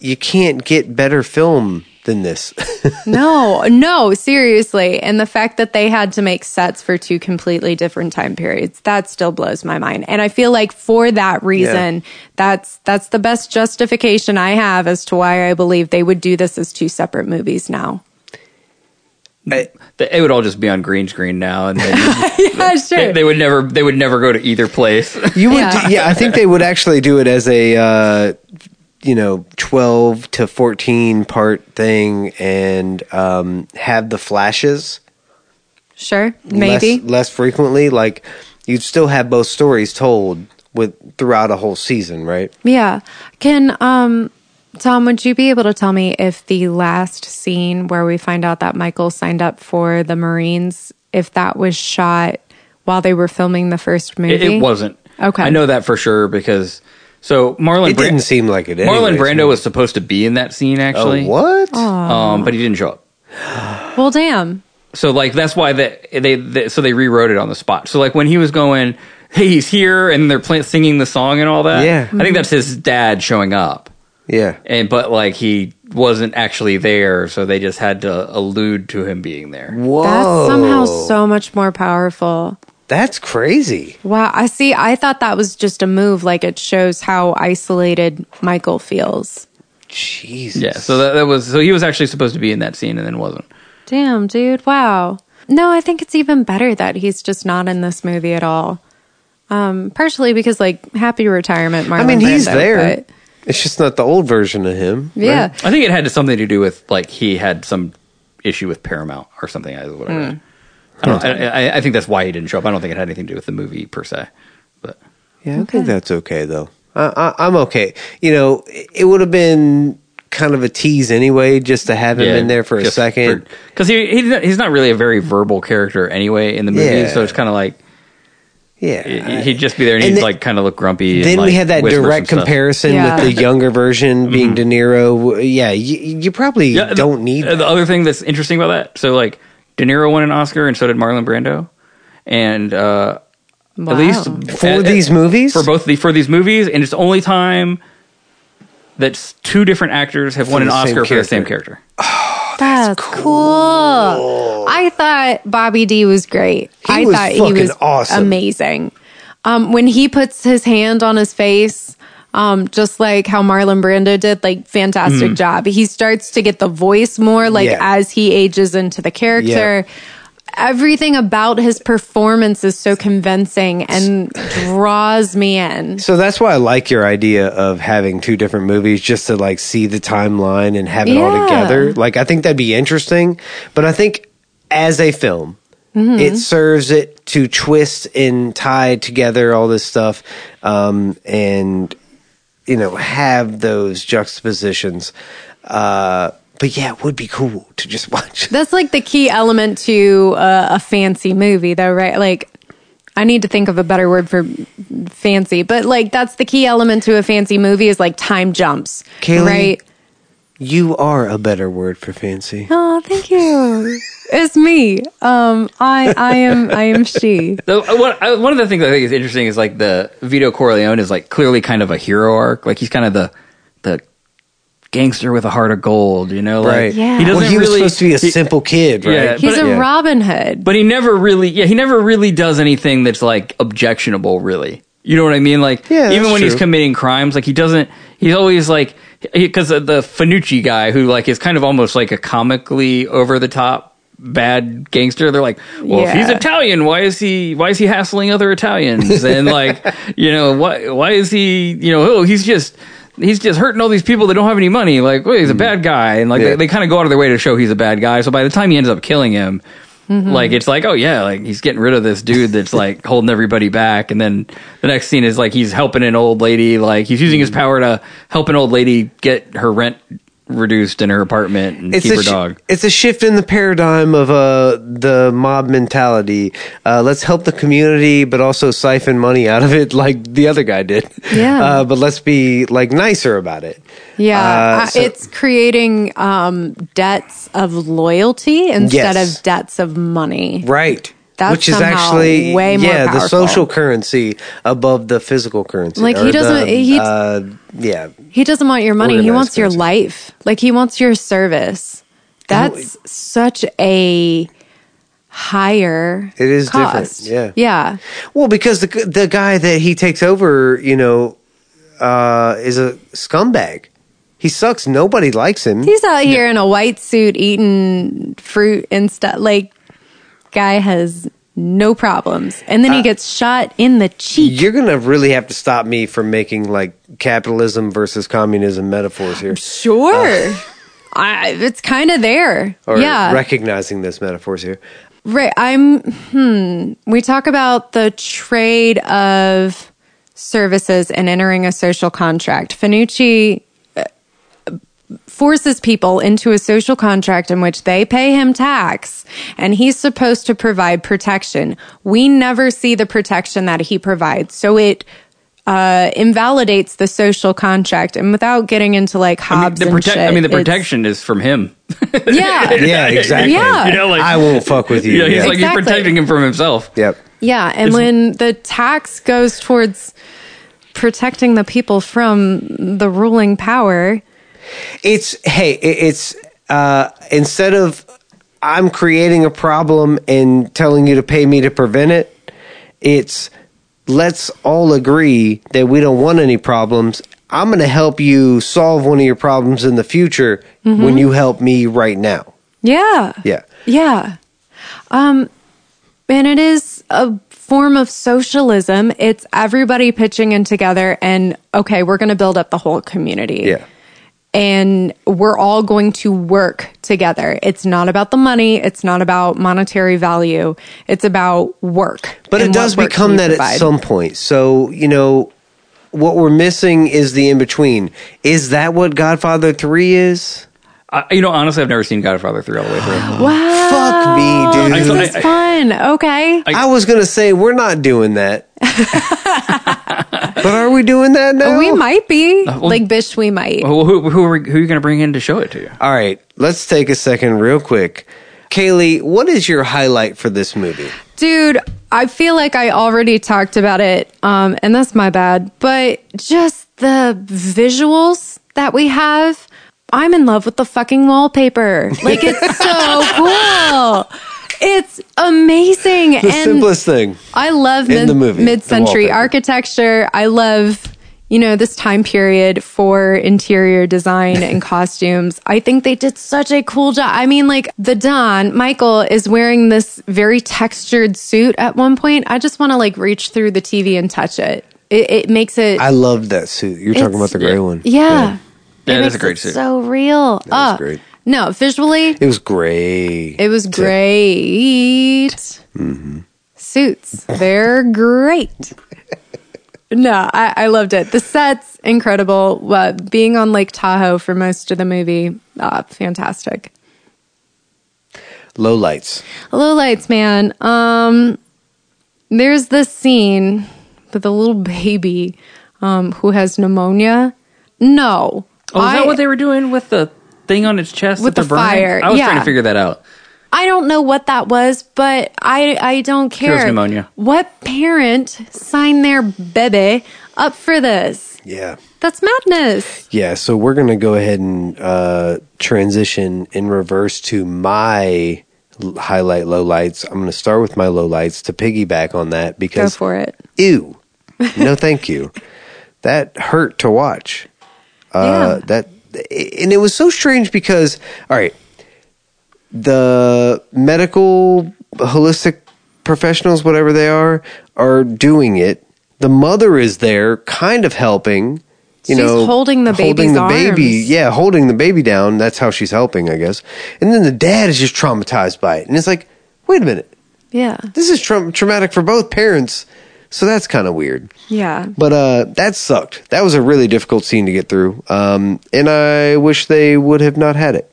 Speaker 7: you can't get better film than this.
Speaker 6: No, no, seriously. And the fact that they had to make sets for two completely different time periods, that still blows my mind. And I feel like for that reason, that's that's the best justification I have as to why I believe they would do this as two separate movies now.
Speaker 8: They- It would all just be on green screen now, and then
Speaker 6: Yeah,
Speaker 8: they,
Speaker 6: sure.
Speaker 8: they would never. They would never go to either place.
Speaker 7: You would, yeah.
Speaker 6: Yeah.
Speaker 7: I think they would actually do it as a, uh, you know, twelve to fourteen part thing, and um, have the flashes
Speaker 6: sure.
Speaker 7: less-
Speaker 6: Maybe.
Speaker 7: less, frequently. Like you'd still have both stories told with throughout a whole season, right?
Speaker 6: Yeah. Can um Tom, would you be able to tell me if the last scene where we find out that Michael signed up for the Marines, if that was shot while they were filming the first movie?
Speaker 8: It, it wasn't.
Speaker 6: Okay.
Speaker 8: I know that for sure because so Marlon
Speaker 7: It
Speaker 8: Bran-
Speaker 7: didn't seem like it.
Speaker 8: Marlon
Speaker 7: anyways.
Speaker 8: Brando was supposed to be in that scene actually.
Speaker 7: Oh, what?
Speaker 8: Um, but he didn't show up.
Speaker 6: Well, damn.
Speaker 8: So like that's why they, they they so they rewrote it on the spot. So like when he was going, hey, he's here, and they're playing singing the song and all that.
Speaker 7: Yeah.
Speaker 8: I think that's his dad showing up,
Speaker 7: Yeah.
Speaker 8: and but like he wasn't actually there, so they just had to allude to him being there.
Speaker 7: Whoa.
Speaker 6: That's somehow so much more powerful.
Speaker 7: That's crazy.
Speaker 6: Wow. I see. I thought that was just a move. Like it shows how isolated Michael feels.
Speaker 7: Jesus.
Speaker 8: Yeah. So that, that was so he was actually supposed to be in that scene and then wasn't.
Speaker 6: Damn, dude. Wow. No, I think it's even better that he's just not in this movie at all. Um, partially because like happy retirement, Marlon.
Speaker 7: I mean, he's
Speaker 6: Brando,
Speaker 7: there.
Speaker 6: but-
Speaker 7: It's just not the old version of him. right?
Speaker 6: yeah.
Speaker 8: I think it had something to do with like he had some issue with Paramount or something. is what I read. I don't. I, I, I think that's why he didn't show up. I don't think it had anything to do with the movie per se. But
Speaker 7: Yeah, I think that's okay though. I, I, I'm okay. You know, it would have been kind of a tease anyway, just to have him in there for a second.
Speaker 8: because he, he didn't- he's not really a very verbal character anyway in the movie,
Speaker 7: Yeah.
Speaker 8: so it's kind of like
Speaker 7: yeah,
Speaker 8: he- he'd just be there and,
Speaker 7: And
Speaker 8: he'd
Speaker 7: then-
Speaker 8: like kind of look grumpy. and,
Speaker 7: then we
Speaker 8: like,
Speaker 7: had that
Speaker 8: whisper
Speaker 7: direct
Speaker 8: some stuff. Mm-hmm.
Speaker 7: comparison
Speaker 6: Yeah.
Speaker 7: with the younger version being De Niro. Yeah, you, you probably
Speaker 8: Yeah, uh, the-
Speaker 7: don't need
Speaker 8: the other thing that's interesting about that. So like De Niro won an Oscar, and so did Marlon Brando, and uh,
Speaker 6: Wow.
Speaker 8: at least
Speaker 7: for
Speaker 8: at- at-
Speaker 7: these movies.
Speaker 8: uh, for both the for these movies, and it's the only time that s- two different actors have won an
Speaker 7: the same
Speaker 8: Oscar for the same
Speaker 7: character.
Speaker 8: character.
Speaker 6: That's cool. I thought Bobby D was great. I
Speaker 7: was
Speaker 6: thought he
Speaker 7: fucking
Speaker 6: was
Speaker 7: awesome.
Speaker 6: amazing. Um, when he puts his hand on his face, um, just like how Marlon Brando did, like fantastic job. He starts to get the voice more, like
Speaker 7: Mm. Yeah.
Speaker 6: as he ages into the character. Everything about his performance is so convincing and draws me in.
Speaker 7: So that's why I like your idea of having two different movies just to like see the timeline and have it all
Speaker 6: Yeah.
Speaker 7: together. Like I think that'd be interesting, but I think as a film,
Speaker 6: Mm-hmm.
Speaker 7: it serves it to twist and tie together all this stuff um, and you know have those juxtapositions. Uh, but yeah, it would be cool to just watch.
Speaker 6: That's like the key element to uh, a fancy movie, though, right? Like, I need to think of a better word for fancy, but like, that's the key element to a fancy movie is like time jumps,
Speaker 7: Kaylee?
Speaker 6: right?
Speaker 7: You are a better word for fancy.
Speaker 6: Oh, thank you. It's me. Um, I I am I am she.
Speaker 8: So uh, one, uh, one of the things I think is interesting is like the Vito Corleone is like clearly kind of a hero arc. Like he's kind of the the gangster with a heart of gold, you know? Like,
Speaker 7: Right.
Speaker 6: Yeah.
Speaker 8: He
Speaker 6: Well,
Speaker 8: doesn't
Speaker 7: well, he was
Speaker 8: really-
Speaker 7: supposed to be a
Speaker 8: he-
Speaker 7: simple kid, right?
Speaker 8: Yeah,
Speaker 6: He's
Speaker 8: But-
Speaker 6: a
Speaker 7: Yeah.
Speaker 6: Robin Hood.
Speaker 8: but he never really yeah he never really does anything that's like objectionable really you know what i mean like
Speaker 7: Yeah, that's
Speaker 8: even when he's
Speaker 7: true.
Speaker 8: committing crimes like he doesn't he's always like because the fanucci guy who like is kind of almost like a comically over the top bad gangster they're like well if he's
Speaker 6: Yeah.
Speaker 8: italian why is he why is he hassling other italians and like you know why why is he you know oh he's just he's just hurting all these people that don't have any money like well, he's a bad guy and like
Speaker 7: Mm. Yeah.
Speaker 8: they, they kind of go out of their way to show he's a bad guy so by the time he ends up killing him like it's like, oh yeah, like he's getting rid of this dude that's like holding everybody back, and then the next scene is like he's helping an old lady, like he's using his power to help an old lady get her rent reduced in her apartment and keep
Speaker 7: a
Speaker 8: her
Speaker 7: shi-
Speaker 8: dog.
Speaker 7: It's a shift in the paradigm of uh, the mob mentality. Uh, let's help the community, but also siphon money out of it, like the other guy did.
Speaker 6: Yeah.
Speaker 7: Uh, but let's be like nicer about it.
Speaker 6: Yeah,
Speaker 7: Uh,
Speaker 6: uh,
Speaker 7: so-
Speaker 6: it's creating um, debts of loyalty instead
Speaker 7: Yes.
Speaker 6: of debts of money.
Speaker 7: Right.
Speaker 6: That's
Speaker 7: Which is
Speaker 6: somehow
Speaker 7: actually
Speaker 6: way more
Speaker 7: yeah the
Speaker 6: powerful.
Speaker 7: social currency above the physical currency.
Speaker 6: Like,
Speaker 7: or
Speaker 6: he doesn't-
Speaker 7: the,
Speaker 6: he-
Speaker 7: uh, yeah.
Speaker 6: He doesn't want your money. He
Speaker 7: Organized
Speaker 6: wants your
Speaker 7: currency.
Speaker 6: life. Like he wants your service. That's such a higher.
Speaker 7: It is different,
Speaker 6: cost.
Speaker 7: yeah.
Speaker 6: Yeah.
Speaker 7: Well, because the the guy that he takes over, you know, uh, is a scumbag. He sucks. Nobody likes him.
Speaker 6: He's out here in a white suit eating fruit and stuff. Like guy has no problems, and
Speaker 7: Uh,
Speaker 6: then he gets shot in the cheek.
Speaker 7: You're gonna really have to stop me from making like capitalism versus communism metaphors here,
Speaker 6: Sure. I, it's kind of there.
Speaker 7: uh, or
Speaker 6: yeah.
Speaker 7: recognizing those metaphors here.
Speaker 6: Right. I'm, hmm. We talk about the trade of services and entering a social contract. Finucci uh, forces people into a social contract in which they pay him tax and he's supposed to provide protection. We never see the protection that he provides. So it, uh, invalidates the social contract and without getting into like
Speaker 8: I mean,
Speaker 6: Hobbes
Speaker 8: the
Speaker 6: and
Speaker 8: protect,
Speaker 6: shit,
Speaker 8: I mean, the
Speaker 6: it's-
Speaker 8: protection is from him.
Speaker 6: Yeah.
Speaker 7: Yeah, exactly.
Speaker 6: Yeah.
Speaker 8: you know, like
Speaker 7: I won't fuck with you.
Speaker 8: yeah, he's like he's
Speaker 6: Exactly.
Speaker 8: protecting him from himself.
Speaker 7: yep.
Speaker 6: Yeah, and when the tax goes towards protecting the people from the ruling power,
Speaker 7: It's hey, it, it's uh, instead of I'm creating a problem and telling you to pay me to prevent it. It's let's all agree that we don't want any problems. I'm going to help you solve one of your problems in the future
Speaker 6: Mm-hmm.
Speaker 7: when you help me right now.
Speaker 6: yeah,
Speaker 7: Yeah.
Speaker 6: yeah, um, and it is a form of socialism. It's everybody pitching in together, and okay, we're going to build up the whole community.
Speaker 7: Yeah.
Speaker 6: and we're all going to work together. It's not about the money. It's not about monetary value. It's about work.
Speaker 7: But it
Speaker 6: and what
Speaker 7: does
Speaker 6: work
Speaker 7: become
Speaker 6: you
Speaker 7: that
Speaker 6: provide.
Speaker 7: at some point. So, you know, what we're missing is the in between. Is that what Godfather 3 is?
Speaker 8: I, you know, honestly, I've never seen Godfather three all the way through.
Speaker 6: Wow.
Speaker 7: Fuck me, dude.
Speaker 6: This is
Speaker 8: I-
Speaker 6: fun. Okay.
Speaker 7: I was going to say, we're not doing that. but are we doing that now?
Speaker 6: we might be. like, Bish, we might.
Speaker 8: Well, who who are, we- who are you going to bring in to show it to you?
Speaker 7: All right, let's take a second real quick. Kaylee, what is your highlight for this movie?
Speaker 6: Dude, I feel like I already talked about it, um, and that's my bad. But just the visuals that we have, I'm in love with the fucking wallpaper. Like it's so cool. It's amazing.
Speaker 7: The
Speaker 6: and
Speaker 7: simplest thing.
Speaker 6: I love
Speaker 7: in
Speaker 6: mid-
Speaker 7: the movie, the
Speaker 6: mid-century
Speaker 7: wallpaper.
Speaker 6: architecture. I love, you know, this time period for interior design and costumes. I think they did such a cool job. I mean, like the Don Michael is wearing this very textured suit at one point. I just want to like reach through the TV and touch it. It, it makes it.
Speaker 7: I love that suit. You're talking about
Speaker 6: It's-
Speaker 7: the gray one.
Speaker 6: yeah,
Speaker 8: Yeah,
Speaker 6: It
Speaker 8: it is
Speaker 6: makes
Speaker 8: a great
Speaker 6: it
Speaker 8: suit.
Speaker 6: So real.
Speaker 7: was
Speaker 6: Ah,
Speaker 7: great.
Speaker 6: No, visually,
Speaker 7: It was gray.
Speaker 6: it was great. Suits, they're great. No, I, I loved it. The sets, incredible. Uh, being on Lake Tahoe for most of the movie, uh, fantastic.
Speaker 7: Low lights.
Speaker 6: Low lights, man. Um, there's this scene with a little baby um, who has pneumonia. No.
Speaker 8: Oh, is
Speaker 6: I-
Speaker 8: that what they were doing with the thing on its chest
Speaker 6: With
Speaker 8: that
Speaker 6: the
Speaker 8: they're burning?
Speaker 6: fire,
Speaker 8: I was
Speaker 6: yeah.
Speaker 8: trying to figure that out.
Speaker 6: I don't know what that was, but I I don't care.
Speaker 8: Cures pneumonia.
Speaker 6: What parent signed their bebe up for this?
Speaker 7: Yeah.
Speaker 6: That's madness.
Speaker 7: Yeah, so we're going to go ahead and uh, transition in reverse to my l- highlight low lights. I'm going to start with my low lights to piggyback on that
Speaker 6: Go
Speaker 7: because
Speaker 6: for it.
Speaker 7: ew. No thank you. that hurt to watch. Uh
Speaker 6: yeah.
Speaker 7: that and it was so strange because all right the medical holistic professionals whatever they are are doing it the mother is there kind of helping you
Speaker 6: She's
Speaker 7: know
Speaker 6: holding the baby's
Speaker 7: baby
Speaker 6: arms.
Speaker 7: yeah holding the baby down that's how she's helping i guess and then the dad is just traumatized by it and it's like wait a minute
Speaker 6: Yeah.
Speaker 7: this is tra- traumatic for both parents so that's kind of weird
Speaker 6: Yeah.
Speaker 7: but uh, that sucked. That was a really difficult scene to get through, um, and I wish they would have not had it.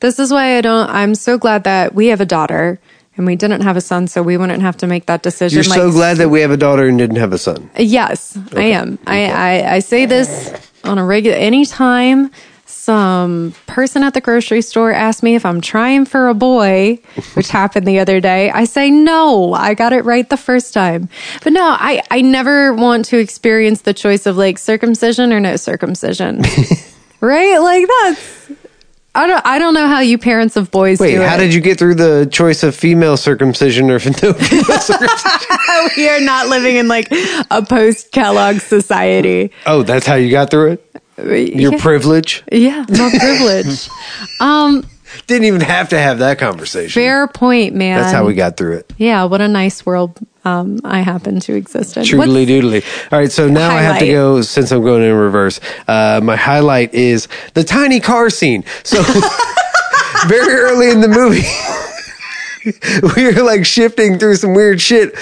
Speaker 6: This is why I don't I'm so glad that we have a daughter and we didn't have a son so we wouldn't have to make that decision
Speaker 7: You're so glad that we have a daughter and didn't have a son.
Speaker 6: Yes, I am. I, I, I say this on a regular anytime some person at the grocery store asks me if I'm trying for a boy, which happened the other day, I say no, I got it right the first time. But no, I, I never want to experience the choice of like circumcision or no circumcision. right? Like that's I don't I don't know how you parents of boys
Speaker 7: Wait,
Speaker 6: do
Speaker 7: how
Speaker 6: it.
Speaker 7: did you get through the choice of female circumcision or no female circumcision?
Speaker 6: we are not living in like a post Kellogg society.
Speaker 7: Oh, that's how you got through it. Your
Speaker 6: Yeah.
Speaker 7: privilege
Speaker 6: Yeah, my privilege. um,
Speaker 7: didn't even have to have that conversation.
Speaker 6: fair point, man.
Speaker 7: That's how we got through it.
Speaker 6: Yeah, what a nice world um, I happen to exist in. What's-
Speaker 7: Truly doodly. All right, so now I have to
Speaker 6: Highlight.
Speaker 7: go since I'm going in reverse. Uh, my highlight is the tiny car scene. So very early in the movie, we were like shifting through some weird shit.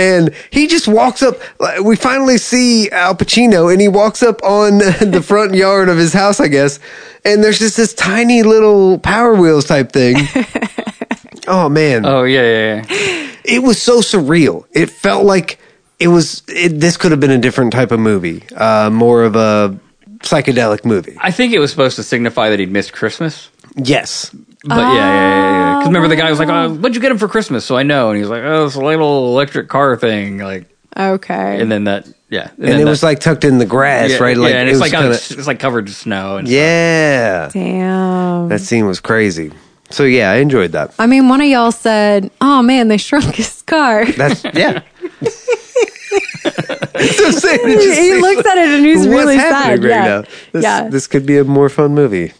Speaker 7: And he just walks up. like, We finally see Al Pacino, and he walks up on the front yard of his house, I guess. And there's just this tiny little Power Wheels type thing. oh man!
Speaker 8: Oh yeah, yeah, yeah.
Speaker 7: it was so surreal. It felt like it was. It, this could have been a different type of movie, uh, more of a psychedelic movie.
Speaker 8: I think it was supposed to signify that he'd missed Christmas.
Speaker 7: Yes,
Speaker 8: But yeah, yeah, yeah, yeah. Because remember, the guy was like, oh, "What'd you get him for Christmas?" So I know, and he's like, "Oh, it's a little electric car thing." Like,
Speaker 6: Okay.
Speaker 8: and then that, yeah,
Speaker 7: and,
Speaker 8: then
Speaker 7: it was
Speaker 8: that-
Speaker 7: like tucked in the grass,
Speaker 8: yeah,
Speaker 7: right?
Speaker 8: Like, yeah, and it's
Speaker 7: was
Speaker 8: like
Speaker 7: kinda-
Speaker 8: it's like covered in snow. And
Speaker 7: yeah,
Speaker 6: Damn.
Speaker 7: that scene was crazy. So yeah, I enjoyed that.
Speaker 6: I mean, one of y'all said, oh man, they shrunk his car.
Speaker 7: That's yeah. That's what I'm saying. It just
Speaker 6: he
Speaker 7: seems
Speaker 6: looks at it and he's
Speaker 7: What's
Speaker 6: really sad.
Speaker 7: happening right
Speaker 6: yeah.
Speaker 7: now? This,
Speaker 6: yeah.
Speaker 7: this could be a more fun movie.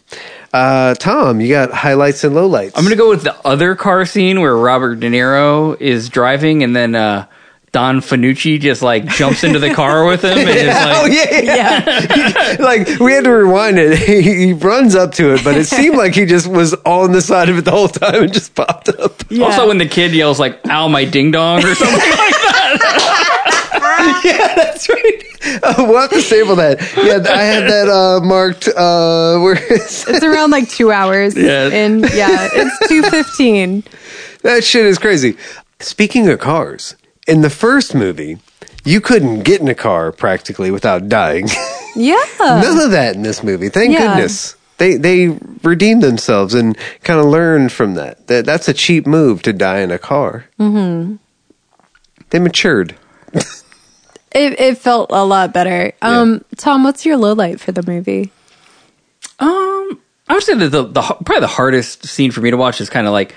Speaker 7: Uh, Tom, you got highlights and lowlights.
Speaker 8: I'm gonna go with the other car scene where Robert De Niro is driving, and then uh, Don Fanucci just like jumps into the car with him, and is
Speaker 7: Oh
Speaker 8: like,
Speaker 7: yeah, yeah.
Speaker 6: yeah.
Speaker 7: like we had to rewind it. He, he runs up to it, but it seemed like he just was on the side of it the whole time and just popped up.
Speaker 8: Also, when the kid yells like "Ow, my ding dong" or something like that,
Speaker 7: yeah, that's right. Uh, we'll have to sample that. Yeah, I had that uh, marked. Uh, where is it?
Speaker 6: It's around like two hours.
Speaker 8: Yeah.
Speaker 6: And yeah, it's two fifteen.
Speaker 7: That shit is crazy. Speaking of cars, in the first movie, you couldn't get in a car practically without dying.
Speaker 6: Yeah.
Speaker 7: None of that in this movie. Thank
Speaker 6: Yeah.
Speaker 7: goodness. They they redeemed themselves and kind of learned from that. That that's a cheap move to die in a car. Mm-hmm. They matured.
Speaker 6: It it felt a lot better. Um, Tom, what's your low light for the movie?
Speaker 8: Um, I would say that the, the probably the hardest scene for me to watch is kind of like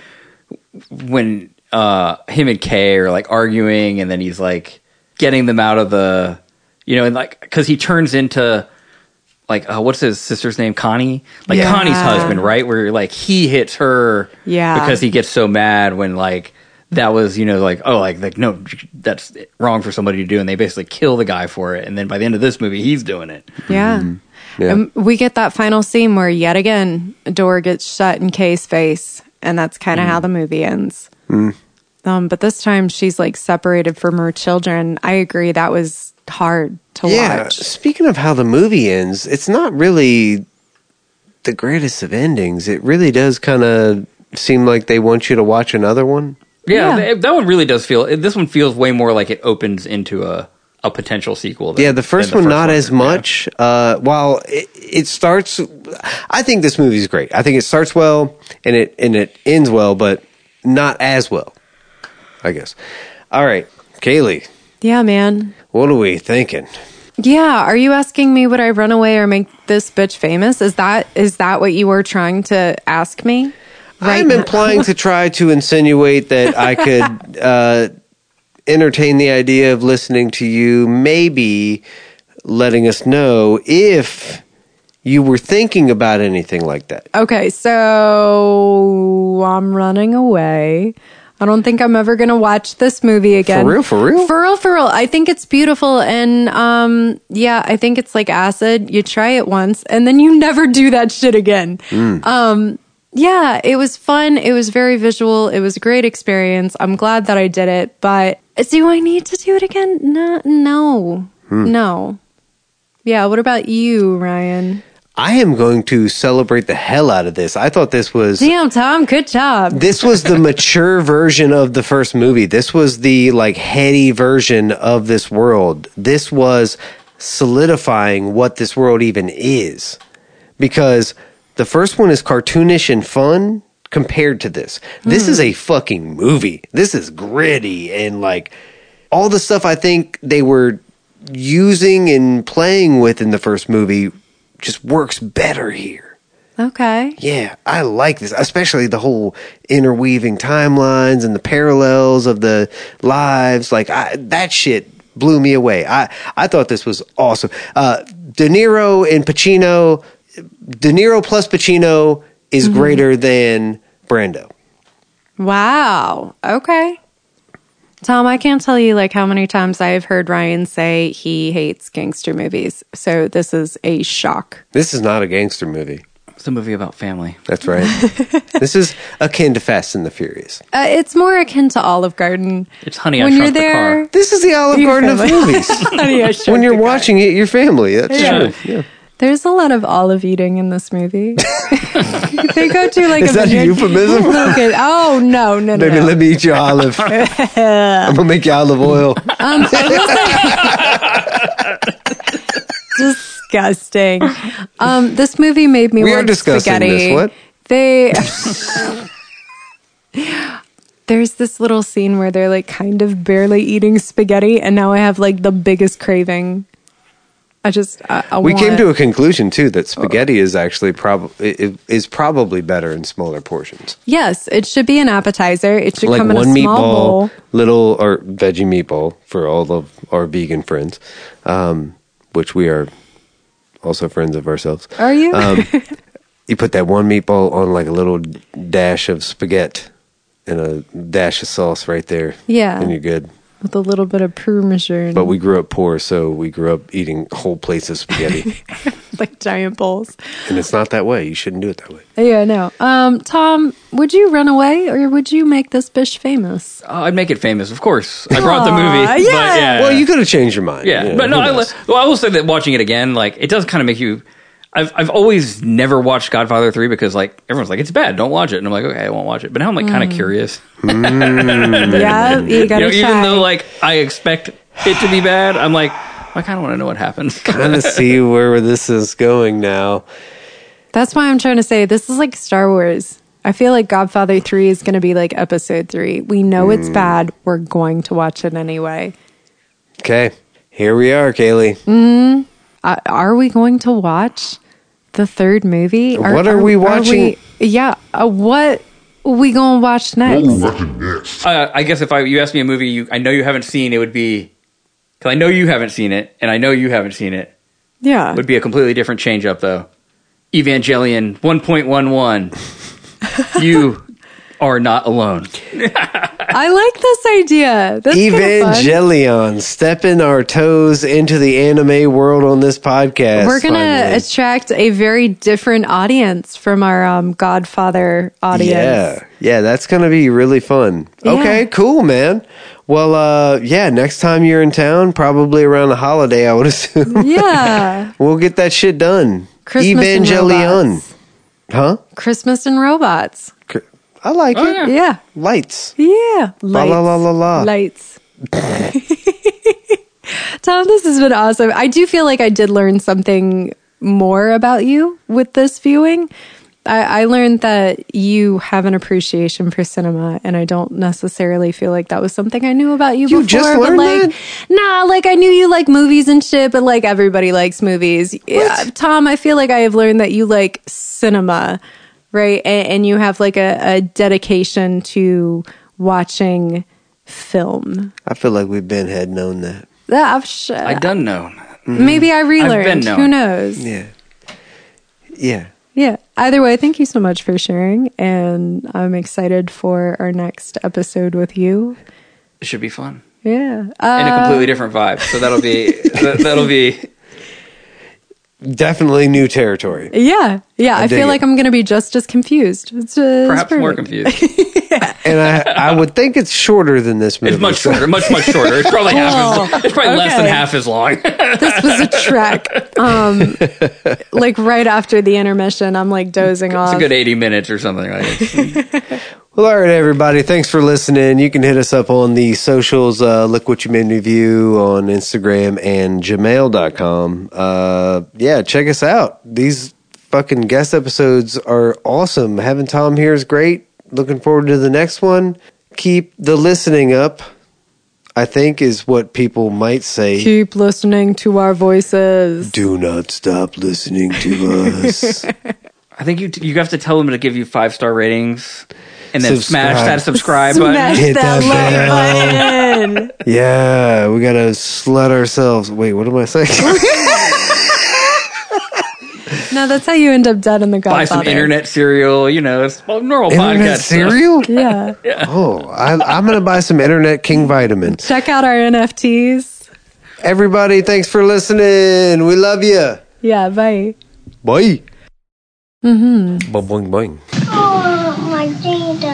Speaker 8: when uh him and Kay are like arguing, and then he's like getting them out of the, you know, and like because he turns into like uh, what's his sister's name, Connie, like
Speaker 7: Yeah.
Speaker 8: Connie's husband, right? Where like he hits her,
Speaker 6: Yeah.
Speaker 8: because he gets so mad when like. That was, you know, like oh, like like no, that's wrong for somebody to do, and they basically kill the guy for it. And then by the end of this movie, he's doing it.
Speaker 6: Yeah.
Speaker 7: Hmm. Yeah.
Speaker 6: Um, we get that final scene where yet again a door gets shut in Kay's face, and that's kind
Speaker 7: Mm.
Speaker 6: of how the movie ends. Um, but this time she's like separated from her children. I agree that was hard to
Speaker 7: yeah.
Speaker 6: watch.
Speaker 7: Speaking of how the movie ends, it's not really the greatest of endings. It really does kind of seem like they want you to watch another one.
Speaker 8: Yeah,
Speaker 6: Yeah.
Speaker 8: th- that one really does feel. This one feels way more like it opens into a, a potential sequel. than-
Speaker 7: Yeah, the first
Speaker 8: than
Speaker 7: one not as
Speaker 8: Yeah.
Speaker 7: much. Uh, while it, it starts, I think this movie is great. I think it starts well and it and it ends well, but not as well. I guess. All right, Kaylee,
Speaker 6: Yeah, man.
Speaker 7: what are we thinking?
Speaker 6: Yeah, are you asking me would I run away or make this bitch famous? Is that is that what you were trying to ask me?
Speaker 7: I'm
Speaker 6: now?
Speaker 7: implying to try to insinuate that I could uh, entertain the idea of listening to you, maybe letting us know if you were thinking about anything like that.
Speaker 6: Okay, so I'm running away. I don't think I'm ever gonna watch this movie again.
Speaker 7: real, for real?
Speaker 6: for real, for real. I think it's beautiful, and um, yeah, I think it's like acid. You try it once, and then you never do that shit again.
Speaker 7: Mm.
Speaker 6: Um, yeah, it was fun. It was very visual. It was a great experience. I'm glad that I did it, but do I need to do it again? No, no,
Speaker 7: Hmm.
Speaker 6: no. Yeah. What about you, Ryan?
Speaker 7: I am going to celebrate the hell out of this. I thought this was
Speaker 6: Damn, Tom. Good job.
Speaker 7: this was the mature version of the first movie. This was the like heady version of this world. This was solidifying what this world even is. Because the first one is cartoonish and fun compared to this. This is a fucking movie. This is gritty and like all the stuff I think they were using and playing with in the first movie just works better here.
Speaker 6: Okay.
Speaker 7: Yeah, I like this, especially the whole interweaving timelines and the parallels of the lives. Like I, that shit blew me away. I I thought this was awesome. Uh, De Niro and Pacino, De Niro plus Pacino is
Speaker 6: Mm-hmm.
Speaker 7: greater than Brando.
Speaker 6: Wow. Okay. Tom, I can't tell you like how many times I have heard Ryan say he hates gangster movies. So this is a shock.
Speaker 7: This is not a gangster movie.
Speaker 8: It's a movie about family.
Speaker 7: That's right. this is akin to Fast and the Furious.
Speaker 6: Uh, it's more akin to Olive Garden.
Speaker 8: It's Honey, I
Speaker 6: when you're
Speaker 8: Shrunk the
Speaker 6: there,
Speaker 7: This is the Olive
Speaker 6: Your
Speaker 7: Garden of
Speaker 6: family.
Speaker 7: movies.
Speaker 6: Honey, I Shrunk
Speaker 7: when you're
Speaker 6: the Car.
Speaker 7: watching it, your family. That's
Speaker 6: Yeah.
Speaker 7: true. Yeah.
Speaker 6: there's a lot of olive eating in this movie. they go to like
Speaker 7: Is
Speaker 6: a
Speaker 7: that a
Speaker 6: vineyard-
Speaker 7: euphemism?
Speaker 6: Okay. Oh no, no, no.
Speaker 7: Baby,
Speaker 6: no.
Speaker 7: let me eat your olive. I'm gonna make you olive oil.
Speaker 6: disgusting. Um, this movie made me.
Speaker 7: We are
Speaker 6: want
Speaker 7: discussing
Speaker 6: spaghetti.
Speaker 7: this, what?
Speaker 6: they. There's this little scene where they're like kind of barely eating spaghetti, and now I have like the biggest craving. I just I, I
Speaker 7: We came
Speaker 6: want-
Speaker 7: to a conclusion too that spaghetti is actually probably is probably better in smaller portions,
Speaker 6: yes. It should be an appetizer. It should
Speaker 7: like
Speaker 6: come in
Speaker 7: one
Speaker 6: a
Speaker 7: meatball,
Speaker 6: small bowl.
Speaker 7: little or veggie meatball for all of our vegan friends, um, which we are also friends of ourselves.
Speaker 6: Are you?
Speaker 7: Um, You put that one meatball on like a little dash of spaghetti and a dash of sauce right there.
Speaker 6: Yeah.
Speaker 7: and you're good.
Speaker 6: with a little bit of Parmesan,
Speaker 7: But we grew up poor, so we grew up eating whole plates of spaghetti.
Speaker 6: like giant bowls.
Speaker 7: and it's not that way. You shouldn't do it that way.
Speaker 6: Yeah, no. Um, Tom, would you run away or would you make this bish famous?
Speaker 8: Uh, I'd make it famous, of course. I brought the
Speaker 6: Aw,
Speaker 8: movie. but
Speaker 6: yeah.
Speaker 8: yeah.
Speaker 7: Well, you could have changed your mind.
Speaker 8: Uh, Yeah,
Speaker 7: You know,
Speaker 8: but no,
Speaker 7: who
Speaker 8: I, li-
Speaker 7: knows?
Speaker 8: well, I will say that watching it again, like it does kind of make you. I've I've always never watched Godfather three because like everyone's like it's bad, don't watch it, and I'm like okay, I won't watch it. But now I'm like kind of curious,
Speaker 6: yeah, you
Speaker 8: you
Speaker 6: Mm. gotta
Speaker 8: know, even
Speaker 6: try.
Speaker 8: though like I expect it to be bad, I'm like I kind of want to know what happens.
Speaker 7: kind of see where this is going now.
Speaker 6: That's why I'm trying to say this is like Star Wars. I feel like Godfather 3 is going to be like episode 3. We know it's
Speaker 7: Mm.
Speaker 6: bad. We're going to watch it anyway.
Speaker 7: Okay, here we are, Kaylee.
Speaker 6: Uh, are we going to watch the third movie?
Speaker 7: What are we watching?
Speaker 6: we- yeah, uh, what we going to watch next?
Speaker 8: uh, I guess if I you ask me a movie you I know you haven't seen, it would be because I know you haven't seen it, and I know you haven't seen it.
Speaker 6: Yeah.
Speaker 8: Would be a completely different change up though. Evangelion 1.11. you are not alone.
Speaker 6: I like this idea. That's kinda fun.
Speaker 7: Evangelion, stepping our toes into the anime world on this podcast.
Speaker 6: We're going to
Speaker 7: finally.
Speaker 6: attract a very different audience from our um, Godfather audience.
Speaker 7: Yeah, yeah, that's gonna be really fun. Okay, cool, man. Well, uh, yeah, next time you're in town, probably around the holiday, I would assume,
Speaker 6: Yeah.
Speaker 7: we'll get that shit done.
Speaker 6: Christmas and robots.
Speaker 7: huh?
Speaker 6: Christmas and robots.
Speaker 7: Cr- I like
Speaker 8: Oh,
Speaker 7: it.
Speaker 6: Yeah.
Speaker 7: Lights.
Speaker 6: Yeah. Lights.
Speaker 7: la, la, la, la.
Speaker 6: Lights. Tom, this has been awesome. I do feel like I did learn something more about you with this viewing. I, I learned that you have an appreciation for cinema, and I don't necessarily feel like that was something I knew about you,
Speaker 7: You
Speaker 6: before.
Speaker 7: just
Speaker 6: but
Speaker 7: learned
Speaker 6: like, nah, like I knew you like movies and shit, but like everybody likes movies. Yeah, Tom, I feel like I have learned that you like cinema, right? And, and you have like a, a dedication to watching film.
Speaker 7: I feel like we've been had known that.
Speaker 6: That I've sh- uh,
Speaker 8: I done know.
Speaker 6: maybe I relearned.
Speaker 8: been known.
Speaker 6: Who knows?
Speaker 7: Yeah, yeah.
Speaker 6: Yeah. Either way, thank you so much for sharing, and I'm excited for our next episode with you.
Speaker 8: It should be fun.
Speaker 6: Yeah.
Speaker 8: And a
Speaker 6: Uh,
Speaker 8: completely different vibe. So that'll be that, that'll be
Speaker 7: Definitely new territory.
Speaker 6: yeah. Yeah. I,
Speaker 7: dig
Speaker 6: feel
Speaker 7: it.
Speaker 6: like I'm going to be just as confused. It's, uh, it's
Speaker 8: perhaps more
Speaker 6: perfect.
Speaker 8: confused.
Speaker 7: and I, I would think it's shorter than this movie.
Speaker 8: It's much
Speaker 7: so-
Speaker 8: shorter, much much shorter. It's probably half. As,
Speaker 6: Cool.
Speaker 8: it's probably less than
Speaker 6: Oh, Okay.
Speaker 8: half as long.
Speaker 6: This was a trek. Um, like right after the intermission, I'm like dozing
Speaker 8: It's
Speaker 6: off.
Speaker 8: a good eighty minutes or something like that.
Speaker 7: Well, all right, everybody. Thanks for listening. You can hit us up on the socials. Uh, Look what you made me view on Instagram and gmail.com. Uh, yeah, check us out. These fucking guest episodes are awesome. Having Tom here is great. Looking forward to the next one. Keep the listening up, I think, is what people might say.
Speaker 6: Keep listening to our voices.
Speaker 7: Do not stop listening to us.
Speaker 8: I think you t- you have to tell them to give you five star ratings, and then
Speaker 7: Subscribe.
Speaker 8: smash that subscribe
Speaker 6: Smash
Speaker 8: button.
Speaker 7: Hit
Speaker 6: that,
Speaker 7: that
Speaker 6: like button.
Speaker 7: yeah, we got to slut ourselves. Wait, what am I saying?
Speaker 6: No, that's how you end up dead in the Godfather.
Speaker 8: Buy some internet cereal. You know, it's well, normal podcast
Speaker 7: Internet
Speaker 8: stuff.
Speaker 7: cereal?
Speaker 6: Yeah.
Speaker 7: Oh, I, I'm going to buy some Internet King vitamins.
Speaker 6: Check out our NFTs.
Speaker 7: Everybody, thanks for listening. We love you.
Speaker 6: Yeah, bye.
Speaker 7: Bye. Mm-hmm. Boing, boing.
Speaker 9: Oh, my data.